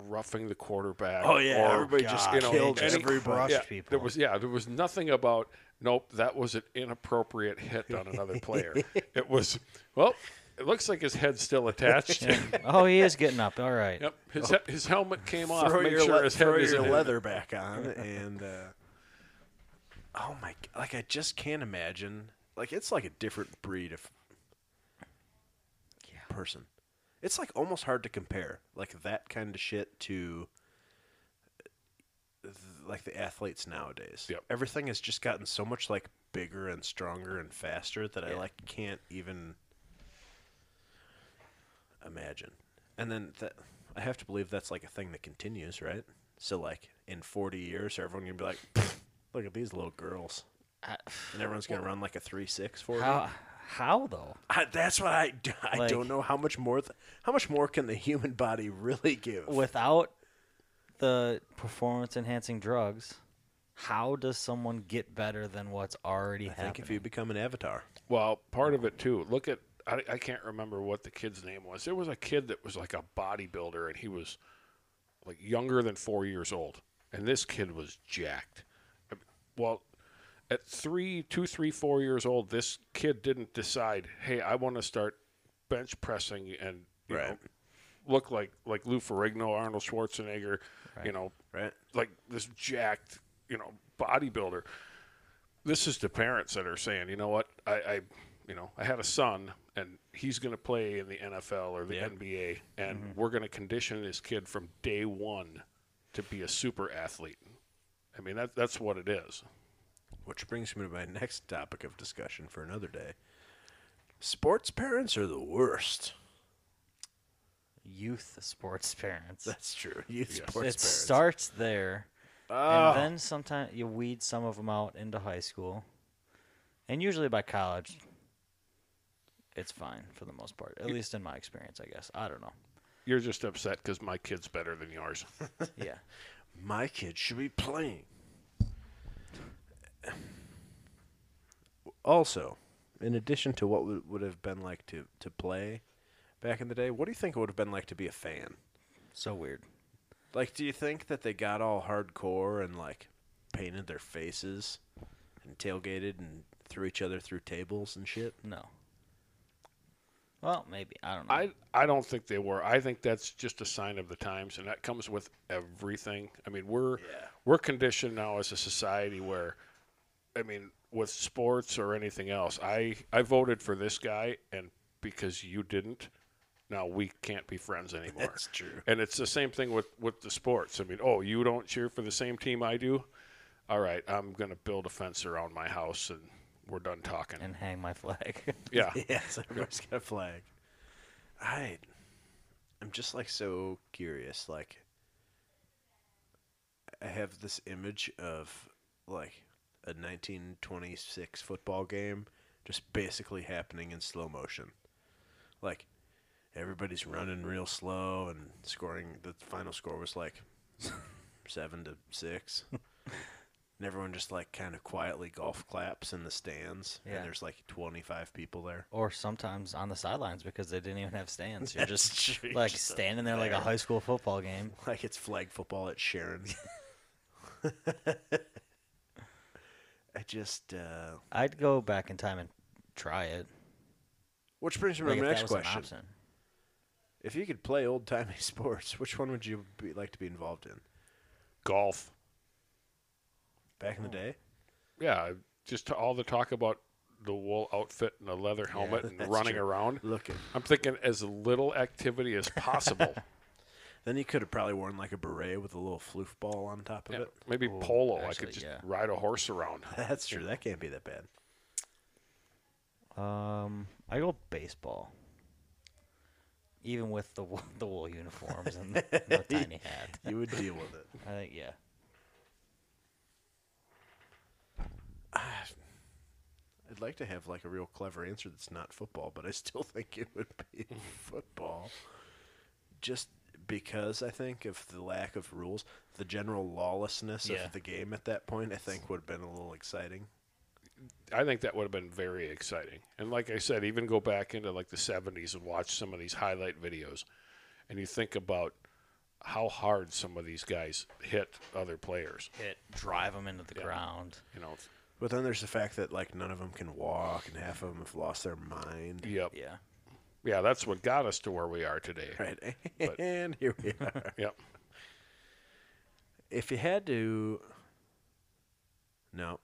roughing the quarterback. Oh, yeah, or, everybody just killed any- everybody. Yeah, Crushed there people. was yeah, there was nothing about. Nope, that was an inappropriate hit on another player. it was well, it looks like his head's still attached. oh he is getting up all right yep, his he- his helmet came off. throw Make your, sure le- his throw head is your in it. leather back on and uh, oh my g- like i just can't imagine like it's like a different breed of person it's like almost hard to compare like that kind of shit to uh, th- like the athletes nowadays Yep. everything has just gotten so much like bigger and stronger and faster that i Yeah. like can't even imagine. And then that I have to believe that's like a thing that continues, right? So like in 40 years, everyone gonna be like, "Pfft, look at these little girls, I- and everyone's gonna run like a three six for you. how how though I, that's what I I Like- don't know how much more th- how much more can the human body really give? without the performance enhancing drugs how does someone get better than what's already I think happening if you become an avatar, Well, part of it too. Look at I, I can't remember what the kid's name was. There was a kid that was like a bodybuilder, and he was like younger than four years old, and this kid was jacked. Well, at three, two, three, four years old, this kid didn't decide, "Hey, I want to start bench pressing and you know, Right. look like like Lou Ferrigno, Arnold Schwarzenegger, you know, right? like this jacked, you know, bodybuilder. This is the parents that are saying, you know what, I, I you know, I had a son and he's going to play in the NFL or the NBA, and we're going to condition this kid from day one to be a super athlete. I mean, that, that's what it is. Which brings me to my next topic of discussion for another day. Sports parents are the worst. Youth sports parents. That's true. Youth Yes. sports it parents. starts there. Oh, And Ah. then sometimes you weed some of them out into high school. And usually by college, it's fine for the most part. At least in my experience, I guess. I don't know. You're just upset because my kid's better than yours. Yeah. my kid should be playing. Also, in addition to what would, would have been like to, to play back in the day, what do you think it would have been like to be a fan? So weird. Like, do you think that they got all hardcore and like painted their faces and tailgated and threw each other through tables and shit? No. Well, maybe. I don't know. I I don't think they were. I think that's just a sign of the times, and that comes with everything. I mean, we're Yeah. we're conditioned now as a society where, I mean, with sports or anything else, I I voted for this guy, and because you didn't, now we can't be friends anymore. That's true. And it's the same thing with with the sports. I mean, oh, you don't cheer for the same team I do. All right, I'm gonna build a fence around my house, and we're done talking. and hang my flag. yeah, Yes, everybody's got a flag. I, I'm just like so curious. Like, I have this image of like a 1926 football game just basically happening in slow motion. Like, everybody's running real slow and scoring. The final score was like seven to six. And everyone just like kind of quietly golf claps in the stands, Yeah. and there's like 25 people there. or sometimes on the sidelines because they didn't even have stands. You're That's just true. You're like just up standing there like a there. high school football game. like it's flag football at Sharon. I just, uh, I'd go back in time and try it. which brings me Like, to my if that next was an question: option. If you could play old timey sports, which one would you be, like to be involved in? golf. Back Hmm. in the day, Yeah, just to all the talk about the wool outfit and the leather helmet that's and running true. around. look it. I'm thinking as little activity as possible. Then you could have probably worn like a beret with a little floof ball on top of Yeah, it. maybe polo. I actually, could just yeah. ride a horse around. That's true. That can't be that bad. Um, I go baseball. Even with the wo- the wool uniforms and the, and the tiny hat, You would deal with it. I think yeah. I'd like to have like a real clever answer that's not football, but I still think it would be football. Just because I think of the lack of rules, the general lawlessness Yeah. of the game at that point, I think would have been a little exciting. I think that would have been very exciting. And like I said, even go back into like the 70s and watch some of these highlight videos, and you think about how hard some of these guys hit other players. Hit, drive them into the Yeah. ground. You know, But then there's the fact that like none of them can walk, and half of them have lost their mind. yep, yeah, Yeah, that's what got us to where we are today. Right, and here we are. Yep. if you had to no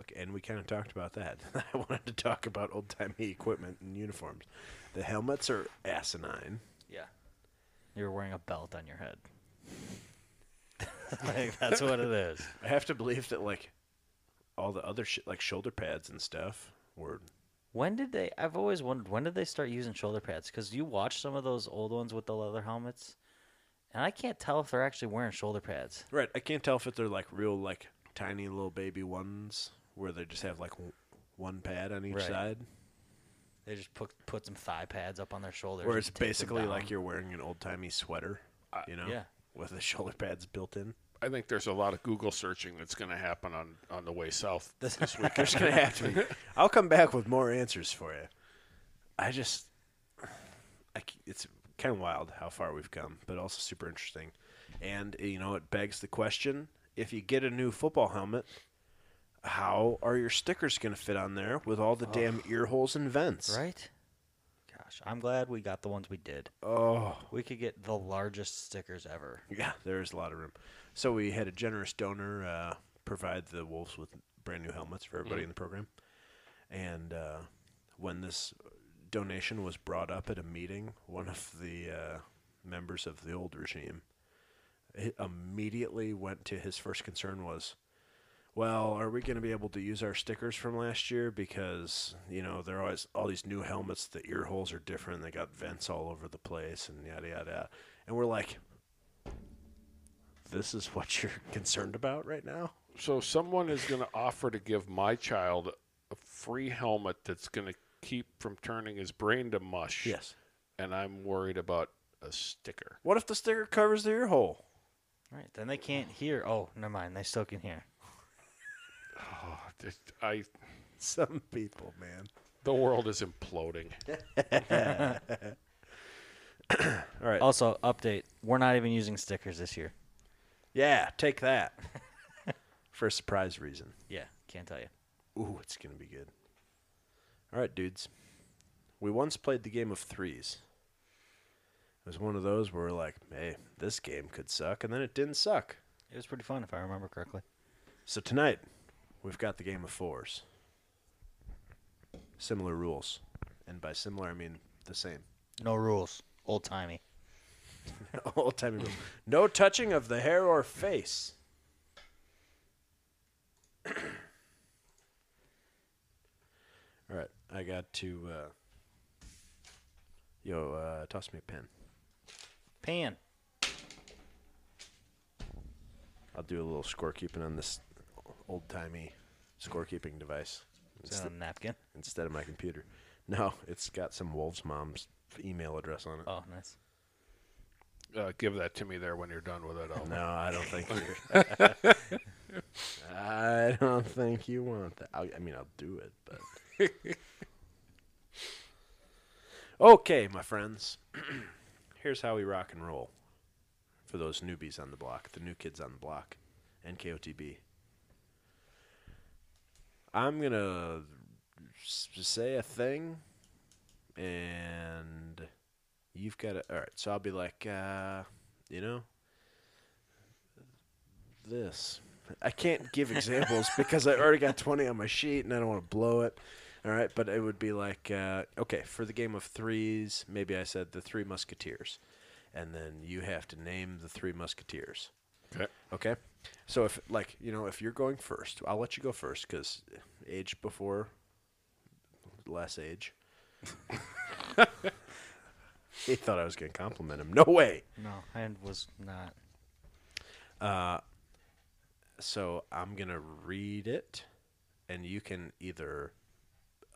okay, and we kind of talked about that i wanted to talk about old-timey equipment and uniforms the helmets are asinine yeah. You're wearing a belt on your head. like that's what it is. i have to believe that like all the other shit like shoulder pads and stuff were When did they? I've always wondered when did they start using shoulder pads? Because you watch some of those old ones with the leather helmets, and I can't tell if they're actually wearing shoulder pads. right i can't tell if they're like real like tiny little baby ones where they just have like w- one pad on each Right. side They just put put some thigh pads up on their shoulders. where and it's tape them basically down. Uh, like you're wearing an old-timey sweater you know yeah. with the shoulder pads built in I think there's a lot of Google searching that's going to happen on, on the way south this week. There's gonna have to be. I'll come back with more answers for you. I just, I c it's kind of wild how far we've come, but also super interesting. And eh, you know, it begs the question: if you get a new football helmet, how are your stickers gonna fit on there with all the damn ear holes and vents? right. Gosh, I'm glad we got the ones we did. Oh, We could get the largest stickers ever. yeah. There is a lot of room. So we had a generous donor uh, provide the wolves with brand new helmets for everybody in the program. And uh, when this donation was brought up at a meeting, one of the uh, members of the old regime i- immediately went to his first concern was, well, are we going to be able to use our stickers from last year? Because you know there are always all these new helmets. The ear holes are different. They got vents all over the place, and yada yada. yada. And we're like, this is what you're concerned about right now. So someone is going to offer to give my child a free helmet that's going to keep from turning his brain to mush. Yes. And I'm worried about a sticker. What if the sticker covers the ear hole? All right, then they can't hear. Oh, never mind. They still can hear. Ah. Oh, just, I Some people, man. the world is imploding. All right. Also, update: we're not even using stickers this year. Yeah, take that. For a surprise reason. Yeah, can't tell you. Ooh, it's going to be good. All right, dudes. We once played the game of threes. It was one of those where we're like, hey, this game could suck, and then it didn't suck. It was pretty fun, if I remember correctly. So tonight, we've got the game of fours. Similar rules. And by similar, I mean the same. No rules, old timey. Old timey rules. No touching of the hair or face. All right, I got to. Uh, yo, uh, toss me a pen. Pan. I'll do a little scorekeeping on this old timey scorekeeping device Is that a napkin? instead of my computer. No, it's got some wolf's mom's email address on it. Oh, nice. Uh, give that to me there when you're done with it. I'll, No, I don't think. You're, I don't think you want that. I, I mean, I'll do it, but. okay, my friends. Here's how we rock and roll. For those newbies on the block, the new kids on the block, NKOTB. I'm gonna s- say a thing, and you've got to. All right, so I'll be like, uh, you know, this. I can't give examples because I already got 20 on my sheet and I don't want to blow it. All right, but it would be like, uh, okay, for the game of threes, maybe I said the Three Musketeers. And then you have to name the Three Musketeers. Okay. Okay? So if, like, you know, if you're going first, I'll let you go first because age before less age. he thought I was going to compliment him. No way. No, I was not. so I'm gonna read it, and you can either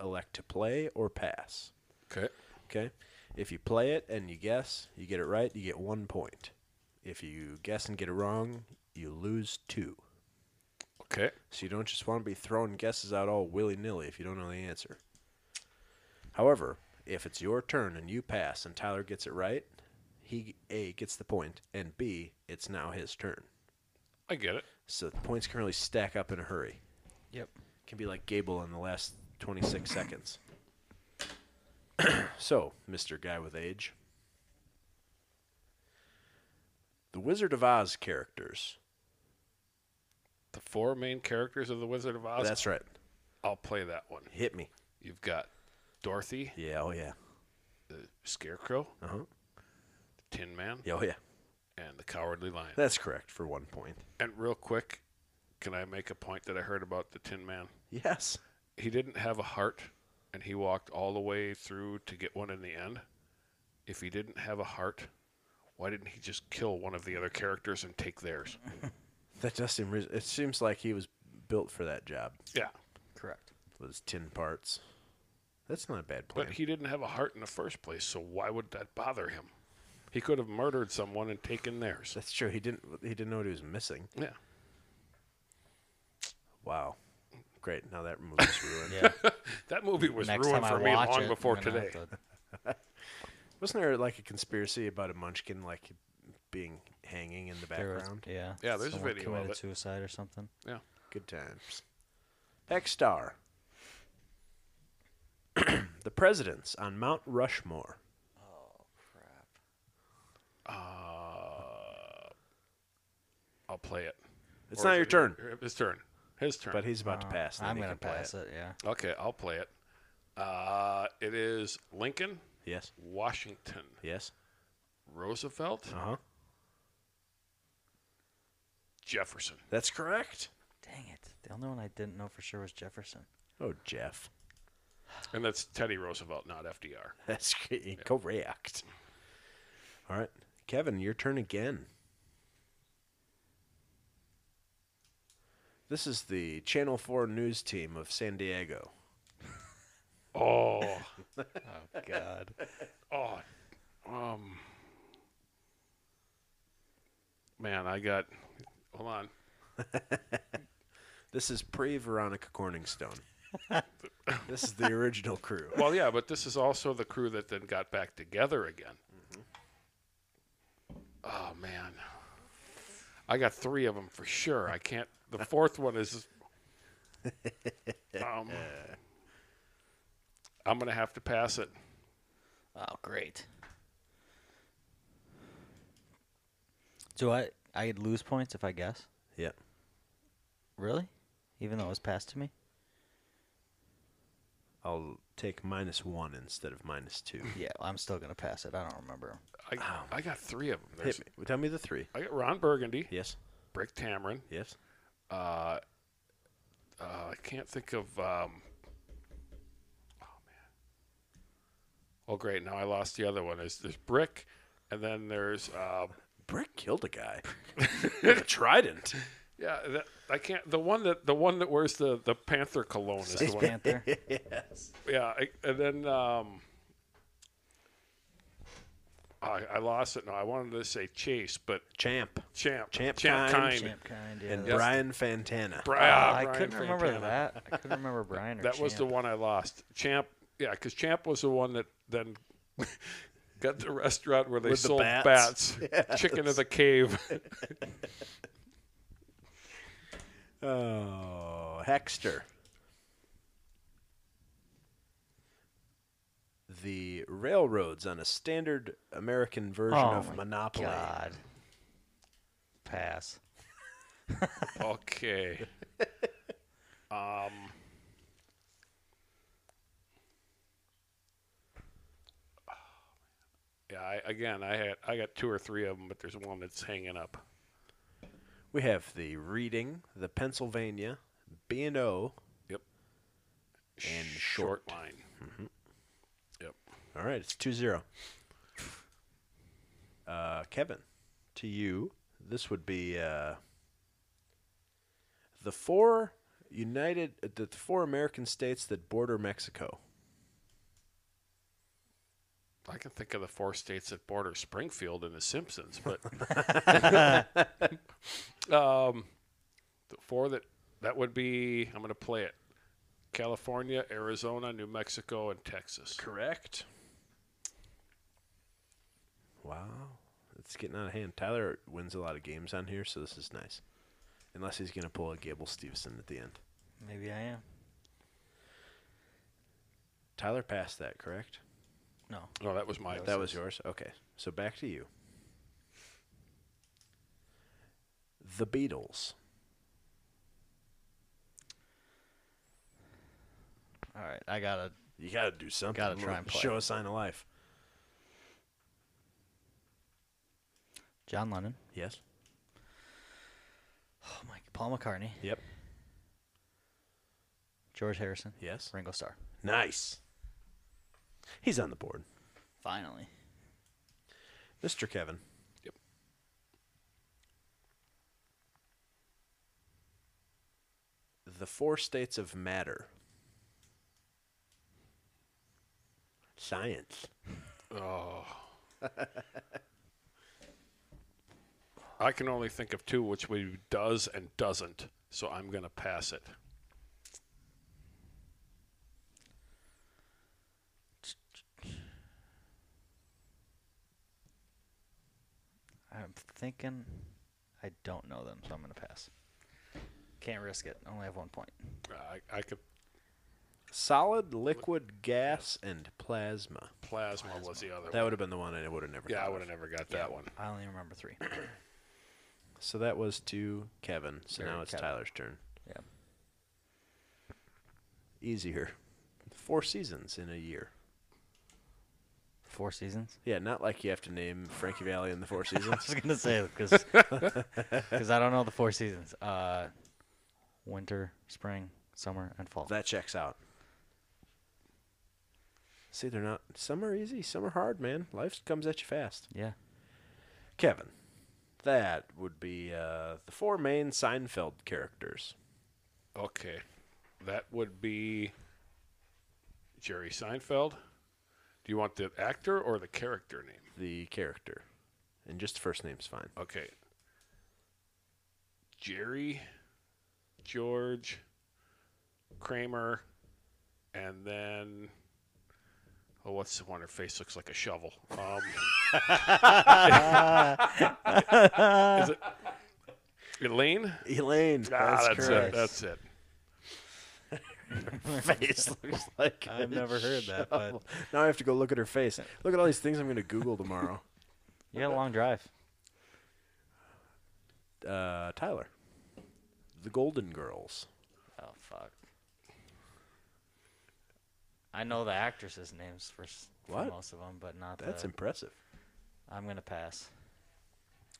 elect to play or pass. Okay. Okay. If you play it and you guess, you get it right, you get one point. If you guess and get it wrong, you lose two. Okay. So you don't just want to be throwing guesses out all willy nilly if you don't know the answer. However, if it's your turn and you pass and Tyler gets it right, he A gets the point, and B, it's now his turn. I get it. So the points can really stack up in a hurry. Yep. can be like Gable in the last 26 seconds. so, Mr. Guy with Age. The Wizard of Oz characters. The four main characters of The Wizard of Oz. That's right. I'll play that one. Hit me. You've got Dorothy, Yeah, oh yeah. the Scarecrow, Uh-huh. the Tin Man, Yeah, oh yeah. and the Cowardly Lion. That's correct for one point. And real quick, can I make a point that I heard about the Tin Man? Yes. He didn't have a heart, and he walked all the way through to get one in the end. If he didn't have a heart, why didn't he just kill one of the other characters and take theirs? That does seem reas it seems like he was built for that job Yeah, Correct. with his tin parts. That's not a bad plan. but he didn't have a heart in the first place, so why would that bother him? He could have murdered someone and taken theirs. That's true. He didn't he didn't know what he was missing. Yeah. Wow. Great. Now that movie's ruined. Yeah. That movie was Next ruined time for I me watch long it, before I'm gonna today. have to- Wasn't there like a conspiracy about a munchkin like being hanging in the there was- background? yeah. Yeah, there's a someone video of committed it. suicide or something. Yeah. Good times. X Star. the presidents on Mount Rushmore. Oh, Uh, I'll play it. It's Or not is your it- turn, His turn. His turn. but he's about to Uh, pass. and I'm then he gonna can play pass it. Yeah. Okay, I'll play it. Uh, it is Lincoln, Yes. Washington, Yes. Uh-huh. Roosevelt, Uh huh. Jefferson. That's correct. Dang it. The only one I didn't know for sure was Jefferson. Oh, Jeff. And that's Teddy Roosevelt, not FDR. That's c- correct. All right, Kevin, your turn again. This is the Channel 4 news team of San Diego. Oh, God. oh, um, man, I got. Hold on. This is pre Veronica Corningstone. this is the original crew. Well, yeah, but this is also the crew that then got back together again. Oh man, I got three of them for sure. I can't. The fourth one is. Um, I'm gonna have to pass it. Oh, great. Do I I lose points if I guess? Yeah. Really? Even though it was passed to me? I'll take minus one instead of minus two. Yeah, I'm still gonna pass it. I don't remember. I, I got three of them. Hit There's, me. Tell me the three. I got Ron Burgundy, Yes. Brick Tamron. Yes. Uh, uh, I can't think of. Um, oh man. Oh great! Now I lost the other one. There's there's Brick, and then there's uh, Brick killed a guy. With a trident. yeah. That, I can't. The one that the one that wears the the Panther cologne is the Sex one. Panther. yes. Yeah, I, and then um, I I lost it. No, I wanted to say Chase, but Champ. Champ Champ Kime. Champ Kime. Champ kind, yeah. And that's- Brian Fantana. Bri- Oh, ah, I Brian couldn't remember Fantana. that. I couldn't remember Brian or That was the Champ. one I lost. Champ, yeah, because Champ was the one that then got the restaurant where they With the sold bats. bats, chicken of the cave. Oh, Hexter. The railroads on a standard American version oh of my Monopoly. God. Pass. okay. Um. Yeah, I, again, I had I got two or three of them, but there's one that's hanging up. We have the Reading, the Pennsylvania, B and O. And short. Mm-hmm. line. Yep. All right, it's 2-0. Uh, Kevin, to you, this would be uh, the four United, uh, the four American states that border Mexico. I can think of the four states that border Springfield and The Simpsons, but um, the four that that would be I'm going to play it: California, Arizona, New Mexico, and Texas. Correct. Wow. It's getting out of hand. Tyler wins a lot of games on here, so this is nice. Unless he's going to pull a Gable Stevenson at the end. Maybe I am. Tyler passed that, correct? No. No, that was my. That was yours? Okay. So back to you. The Beatles. All right. I gotta You got to do something. Gotta try and play. Show a sign of life. John Lennon. Yes? Oh my Paul McCartney. Yep. George Harrison. Yes? Ringo Starr. Nice. He's on the board. Finally. Mr. Kevin. Yep. The four states of matter. Science. Oh. I can only think of two, which would be does and doesn't. So I'm going to pass it. I'm thinking I don't know them, so I'm gonna pass. Can't risk it. I only have one point. I, I could Solid, liquid, gas, and plasma. plasma, was the other. That one. would have been the one I would have never. Yeah, I thought would have of. never got that one. I only remember three. So that was to Kevin. So Or now it's Kevin. Tyler's turn. yeah. Easier. Four seasons in a year. Four Seasons. Yeah, not like you have to name Frankie Valley in the Four I Seasons. was gonna say because I don't know the Four Seasons. Uh, winter, spring, summer, and fall. that checks out. See, they're not. Some are easy, some are hard, man. Life comes at you fast. yeah. Kevin, that would be uh, the four main Seinfeld characters. Okay. That would be Jerry Seinfeld. Do you want the actor or the character name? The character, and just the first name's fine. Okay. Jerry, George, Kramer, and then oh, what's the one? Her face looks like a shovel. Um, is it Elaine? Elaine. ah, that's that's it. correct. That's it. Her face looks like I've a never heard that, but- shovel. now I have to go look at her face. Look at all these things I'm going to Google tomorrow. You got a long drive. uh, Tyler, the Golden Girls. Oh fuck. I know the actresses' names for, s- for What? most of them, but not That's the. impressive. I'm gonna pass.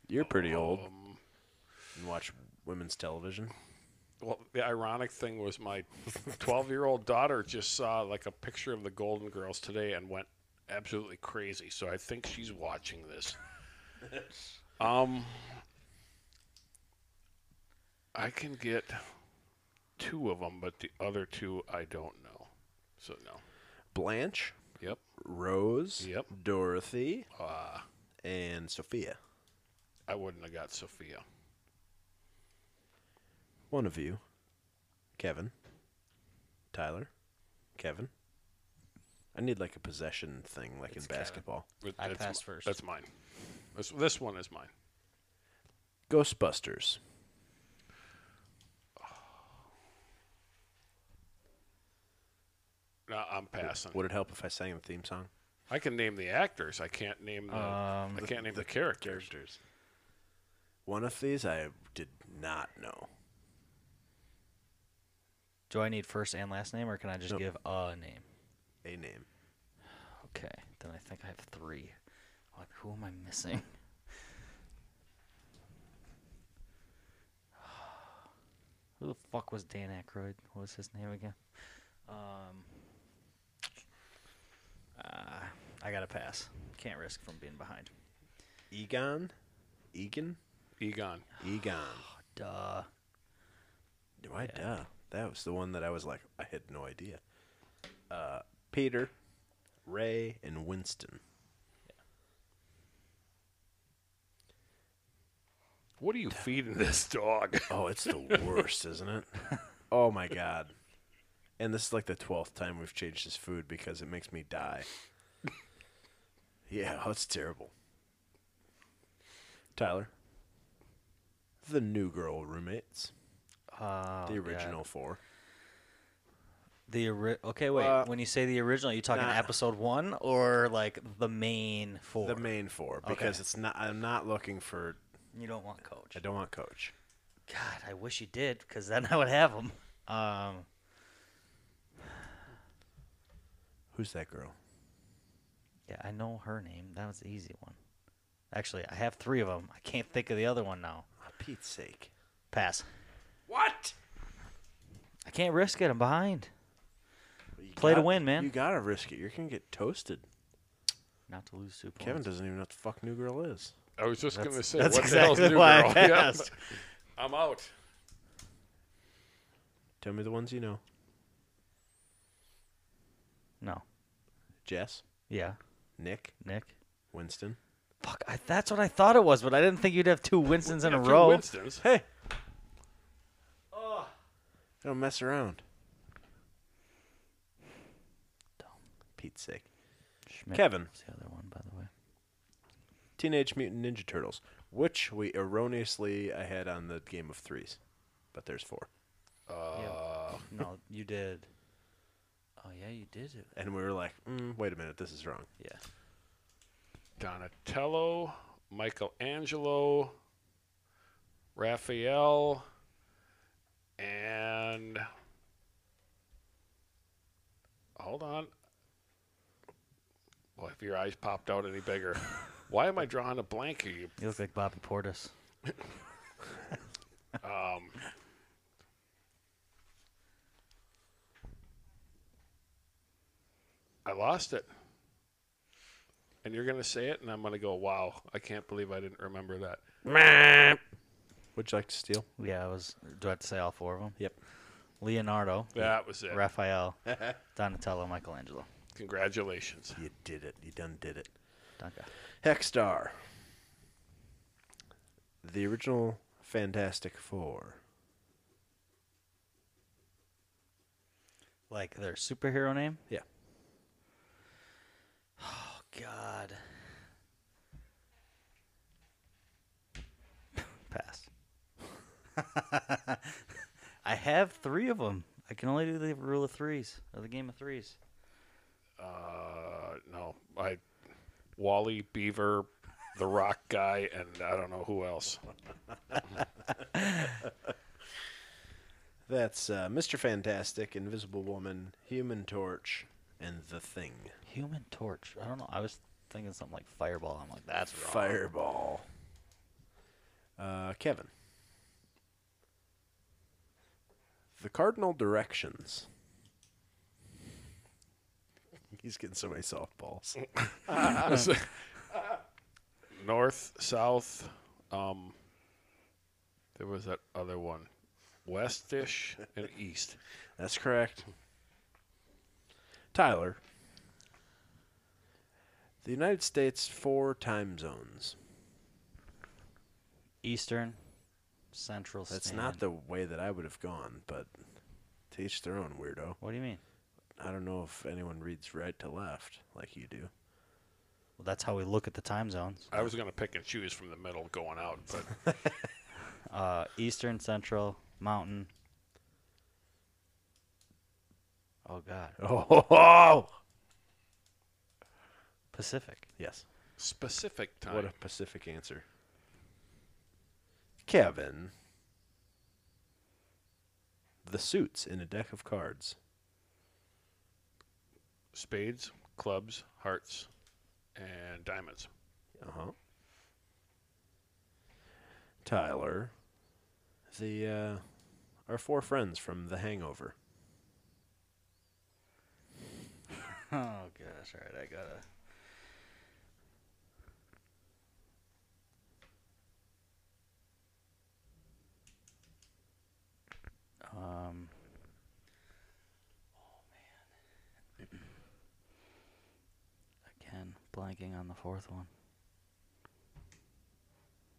You're pretty old Oh. Um, and watch women's television. Well, the ironic thing was my 12 year old daughter just saw like a picture of the Golden Girls today and went absolutely crazy. So I think she's watching this. um, I can get two of them, but the other two I don't know. So no. Blanche, Yep. Rose, Yep. Dorothy, Uh, and Sophia. I wouldn't have got Sophia. One of you, Kevin, Tyler, Kevin. I need like a possession thing, like It's in basketball. But I that's passed mi- first. That's mine. This, this one is mine. Ghostbusters. No, I'm passing. Would it help if I sang the theme song? I can name the actors. I can't name the. Um, I can't name the, characters. Characters. One of these I did not know. Do I need first and last name, or can I just Nope. give a name? A name. Okay, then I think I have three. Like, who am I missing? who the fuck was Dan Aykroyd? What was his name again? Um, uh, I gotta pass. Can't risk from being behind. Egon? Egan? Egon. Egon. Duh. Why duh? That was the one that I was like, I had no idea. Uh, Peter, Ray, and Winston. What are you feeding this dog? Oh, it's the worst, isn't it? Oh my god. And this is like the twelfth time we've changed his food because it makes me die. Yeah, oh, it's terrible. Tyler, the new girl roommates, Uh, the original four. The ori- okay, wait. Uh, when you say the original, you talking nah. episode one or like the main four? the main four, because it's not. I'm not looking for. You don't want coach. I don't want coach. God, I wish you did, because then I would have them. Um, Who's that girl? yeah, I know her name. That was the easy one. Actually, I have three of them. I can't think of the other one now. For Ah, Pete's sake. Pass. What? I can't risk it. I'm behind. Play to win, man. You gotta risk it. You're gonna get toasted. Not to lose super. Kevin doesn't even know what the fuck New Girl is. I was just going to That's- say, that's what the hell's exactly new why I girl? Yeah, asked. I'm out. Tell me the ones you know. No. Jess, Yeah, Nick, Nick. Winston. Fuck, I, that's what I thought it was, but I didn't think you'd have two Winstons in a After row. Winston's. Hey. Oh. I don't mess around. Dumb. Pete's sake. Schmidt Kevin. was the other one, by the way. Teenage Mutant Ninja Turtles, which we erroneously I had on the game of threes, but there's four, Uh, no, you did. Oh yeah, you did it. and we were like, mm, wait a minute, this is wrong. Yeah. Donatello, Michelangelo, Raphael, and. Hold on. Well, if your eyes popped out any bigger, why am I drawing a blank? here? You look like Bobby Portis. I lost it. And you're gonna say it, and I'm gonna go, "Wow, I can't believe I didn't remember that." Would you like to steal? Yeah, I was. Do I have to say all four of them? Yep. Leonardo, That was it. Raphael, Donatello, Michelangelo. Congratulations. You did it. You done did it. Duncan. Hexstar. The original Fantastic Four. Like their superhero name? Yeah. Oh God. Pass. I have three of them. I can only do the rule of threes or the game of threes. Uh, no, I, Wally Beaver, the Rock guy, and I don't know who else. That's uh, Mr. Fantastic, Invisible Woman, Human Torch, and The Thing. Human Torch. I don't know. I was thinking something like Fireball. I'm like, that's wrong. Fireball. Uh, Kevin. The Cardinal Directions. He's getting so many softballs. North, South. Um, there was that other one, Westish and East. That's correct. Tyler. The United States four time zones. Eastern, Central. That's Stand. not the way that I would have gone, but to each their own, weirdo. What do you mean? I don't know if anyone reads right to left like you do. Well, that's how we look at the time zones. I was gonna pick and choose from the middle going out, but Uh, Eastern, Central, Mountain. Oh God, Oh, Pacific. yes. specific time. What a Pacific answer. Kevin. The suits in a deck of cards. Spades, clubs, hearts, and diamonds. Uh huh. Tyler, the uh, our four friends from The Hangover. Oh gosh, all right, I gotta. Um. Oh man. Again, blanking on the fourth one.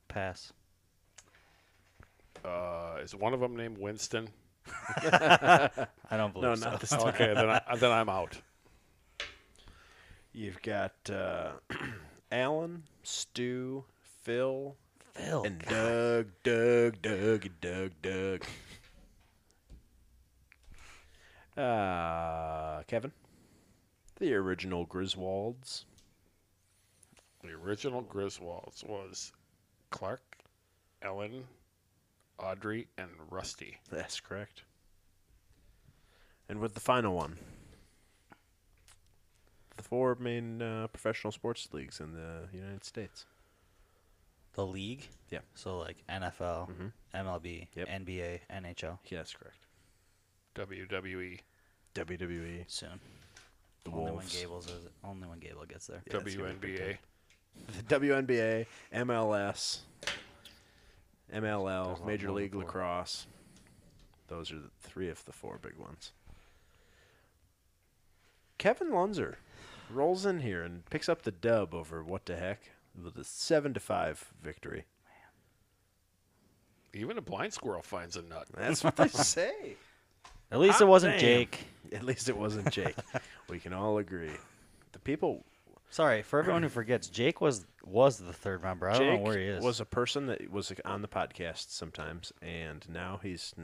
Pass. Uh, is one of them named Winston? I don't believe No, so. not this Oh, time. okay, then I, then I'm out. You've got uh, Alan, Stu, Phil, Phil. and Doug, Doug, Doug, and Doug, Doug. Uh, Kevin, the original Griswolds. The original Griswolds was Clark, Ellen, Audrey, and Rusty. That's correct. And with the final one, the four main uh, professional sports leagues in the United States. the league. Yeah. Mm-hmm. So like NFL, MLB, Yep. NBA, NHL. Yeah, that's correct. WWE, WWE, Soon. E, the only Wolves. when Gables is only when Gable gets there. Yeah, it's gonna be pretty WNBA. the WNBA, MLS, MLL, There's a lot Major more League than four. Lacrosse. Those are the three of the four big ones. Kevin Lunzer rolls in here and picks up the dub over what the heck with a seven to five victory. Even a blind squirrel finds a nut. That's what they say. At least it Hot wasn't Ah, damn. Jake. At least it wasn't Jake. we can all agree. The people Sorry for everyone who forgets. Jake was was the third member. I Jake don't know where he is. was a person that was on the podcast sometimes, and now he's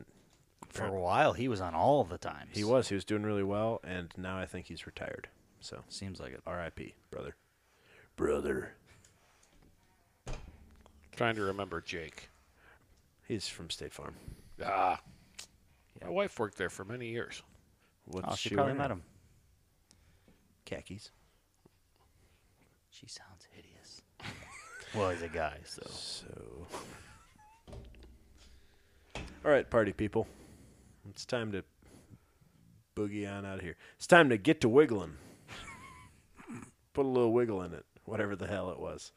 for a while. He was on all the times. He was. He was doing really well, and now I think he's retired. So, Seems like it. R.I.P. Brother. Brother. Trying to remember Jake. He's from State Farm. Ah, my wife worked there for many years. What's Oh, she probably wearing? met him. Khakis. She sounds hideous. well, he's a guy, so. So. All right, party people. It's time to boogie on out of here. It's time to get to wiggling. Put a little wiggle in it, whatever the hell it was.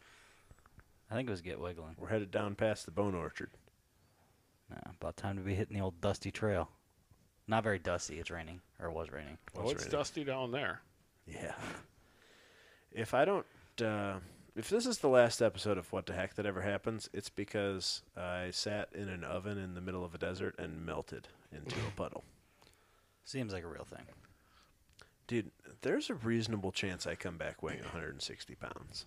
I think it was Get Wiggling. We're headed down past the Bone Orchard. Nah, about time to be hitting the old dusty trail. Not very dusty. It's raining, or it was raining. Oh, it's What's right? dusty down there. Yeah. If I don't, uh, if this is the last episode of What the Heck that ever happens, it's because I sat in an oven in the middle of a desert and melted into a puddle. Seems like a real thing. Dude, there's a reasonable chance I come back weighing 160 pounds.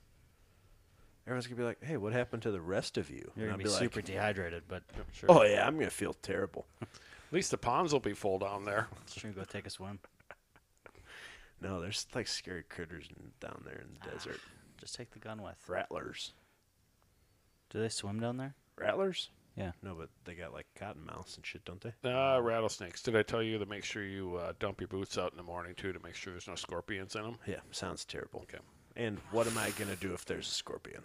Everyone's gonna be like, "Hey, what happened to the rest of you?" You're And gonna I'll be, like, super dehydrated, but sure. Oh yeah, I'm gonna feel terrible. At least the ponds will be full down there. Sure, go take a swim. no, there's like scary critters in- down there in Ah. the desert. Just take the gun with. Rattlers, Do they swim down there? rattlers. Yeah. No, but they got like cottonmouths and shit, don't they? Ah, rattlesnakes. Did I tell you to make sure you uh, dump your boots out in the morning too to make sure there's no scorpions in them? Yeah, sounds terrible. Okay. And what am I gonna do if there's a scorpion?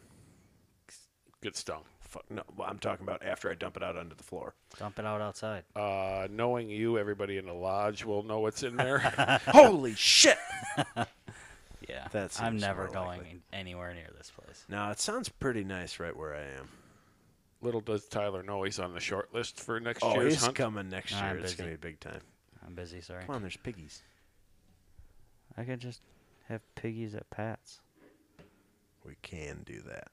Get stung. Fuck no. Well, I'm talking about after I dump it out onto the floor. Dump it out outside. Uh, knowing you, everybody in the lodge will know what's in there. Holy shit! Yeah. That I'm seems never more going likely. anywhere near this place. Now it sounds pretty nice right where I am. Little does Tyler know he's on the short list for next Oh, year's it's hunt. coming next Nah, year. I'm It's busy. gonna be big time. I'm busy, sorry. Come on, there's piggies. I could just have piggies at Pat's. We can do that.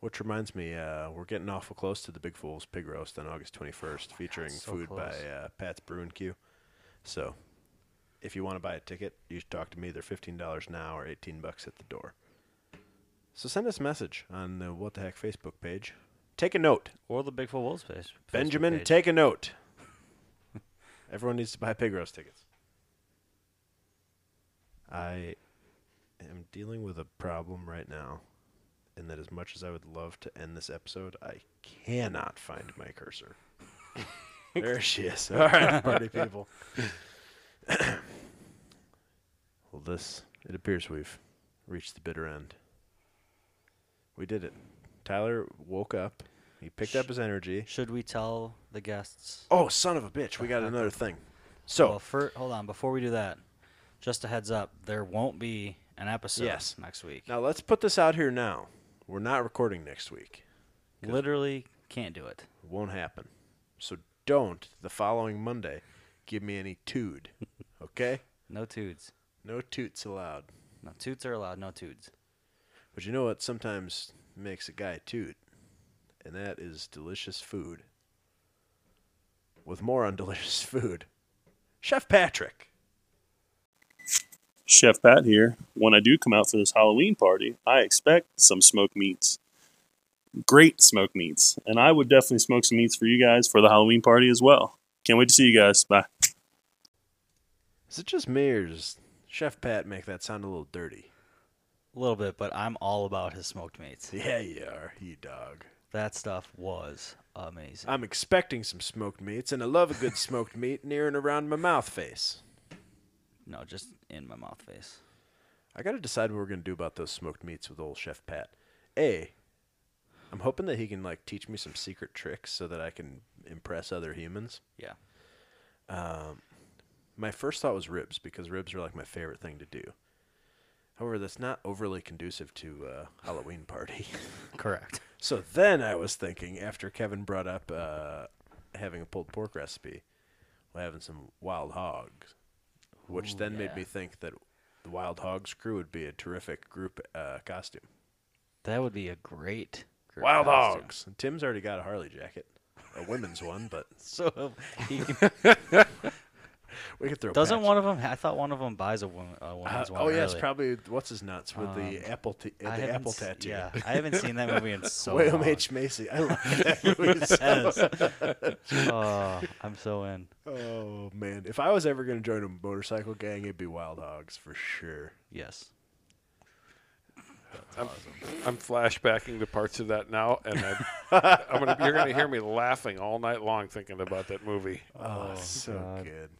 Which reminds me, uh, we're getting awful close to the Big Fool's Pig Roast on August 21st, featuring Oh, so food by close. uh, Pat's Brew and Q. So, if you want to buy a ticket, you should talk to me. They're fifteen dollars now or eighteen bucks at the door. So send us a message on the What the Heck Facebook page. Take a note, Or the Bigfoot Wolves face. Facebook Benjamin. page. Take a note. Everyone needs to buy pig roast tickets. I am dealing with a problem right now, in that as much as I would love to end this episode, I cannot find my cursor. there she is. All right, party people. well, this it appears we've reached the bitter end. We did it. Tyler woke up. He picked up his energy. Should we tell the guests? Oh, son of a bitch. We got another thing. So, Well, fir- hold on. Before we do that, just a heads up: there won't be an episode Yes. next week. now let's put this out here now. We're not recording next week. Literally can't do it. It won't happen. So don't, the following Monday, give me any tood. Okay? No toots. No toots allowed. No toots are allowed. No toots. But you know what sometimes makes a guy toot? And that is delicious food. With more on delicious food, Chef Patrick. Chef Pat here. When I do come out for this Halloween party, I expect some smoked meats. Great smoked meats. And I would definitely smoke some meats for you guys for the Halloween party as well. Can't wait to see you guys. Bye. Is it just me or does Chef Pat make that sound a little dirty? A little bit, but I'm all about his smoked meats. Yeah, you are, you dog. That stuff was amazing. I'm expecting some smoked meats, and I love a good smoked meat near and around my mouth face. No, just in my mouth face. I gotta decide what we're gonna do about those smoked meats with old Chef Pat. A, I'm hoping that he can like teach me some secret tricks so that I can impress other humans. Yeah. My first thought was ribs because ribs are like my favorite thing to do. However, that's not overly conducive to uh, Halloween party. Correct. So then I was thinking, after Kevin brought up uh, having a pulled pork recipe, well, having some wild hogs, which then made yeah. me think that the wild hogs crew would be a terrific group uh, costume. That would be a great group wild costume. hogs. And Tim's already got a Harley jacket, a women's one, but So um, he can- we could throw. doesn't Patch- one of them? I thought one of them buys a, woman, a Uh, woman's one. oh yeah, it's early. probably what's his nuts with the apple t- uh, I the haven't apple s- tattoo. Yeah, I haven't seen that movie in so William long. H Macy. I love that movie so oh, I'm so in. Oh man, if I was ever going to join a motorcycle gang, it'd be Wild Hogs for sure. Yes. I'm, I'm flashbacking to parts of that now, and I'm, I'm gonna, you're going to hear me laughing all night long thinking about that movie. Oh, so God. good.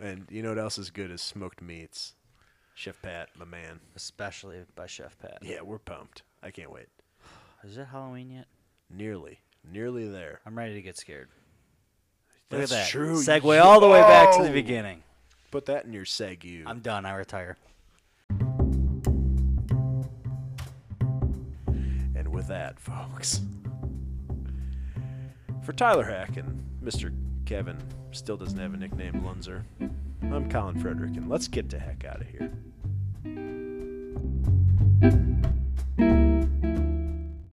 And you know what else is good is smoked meats. Chef Pat, my man. especially by Chef Pat. Yeah, we're pumped. I can't wait. Is it Halloween yet? Nearly, nearly there. I'm ready to get scared. Look That's at that. true. Segue all the way back to the Yo! beginning. Put that in your seg. You. I'm done. I retire. And with that, folks, for Tyler Hack and Mr. Kevin still doesn't have a nickname, Lunzer, I'm Colin Frederick, and let's get the heck out of here.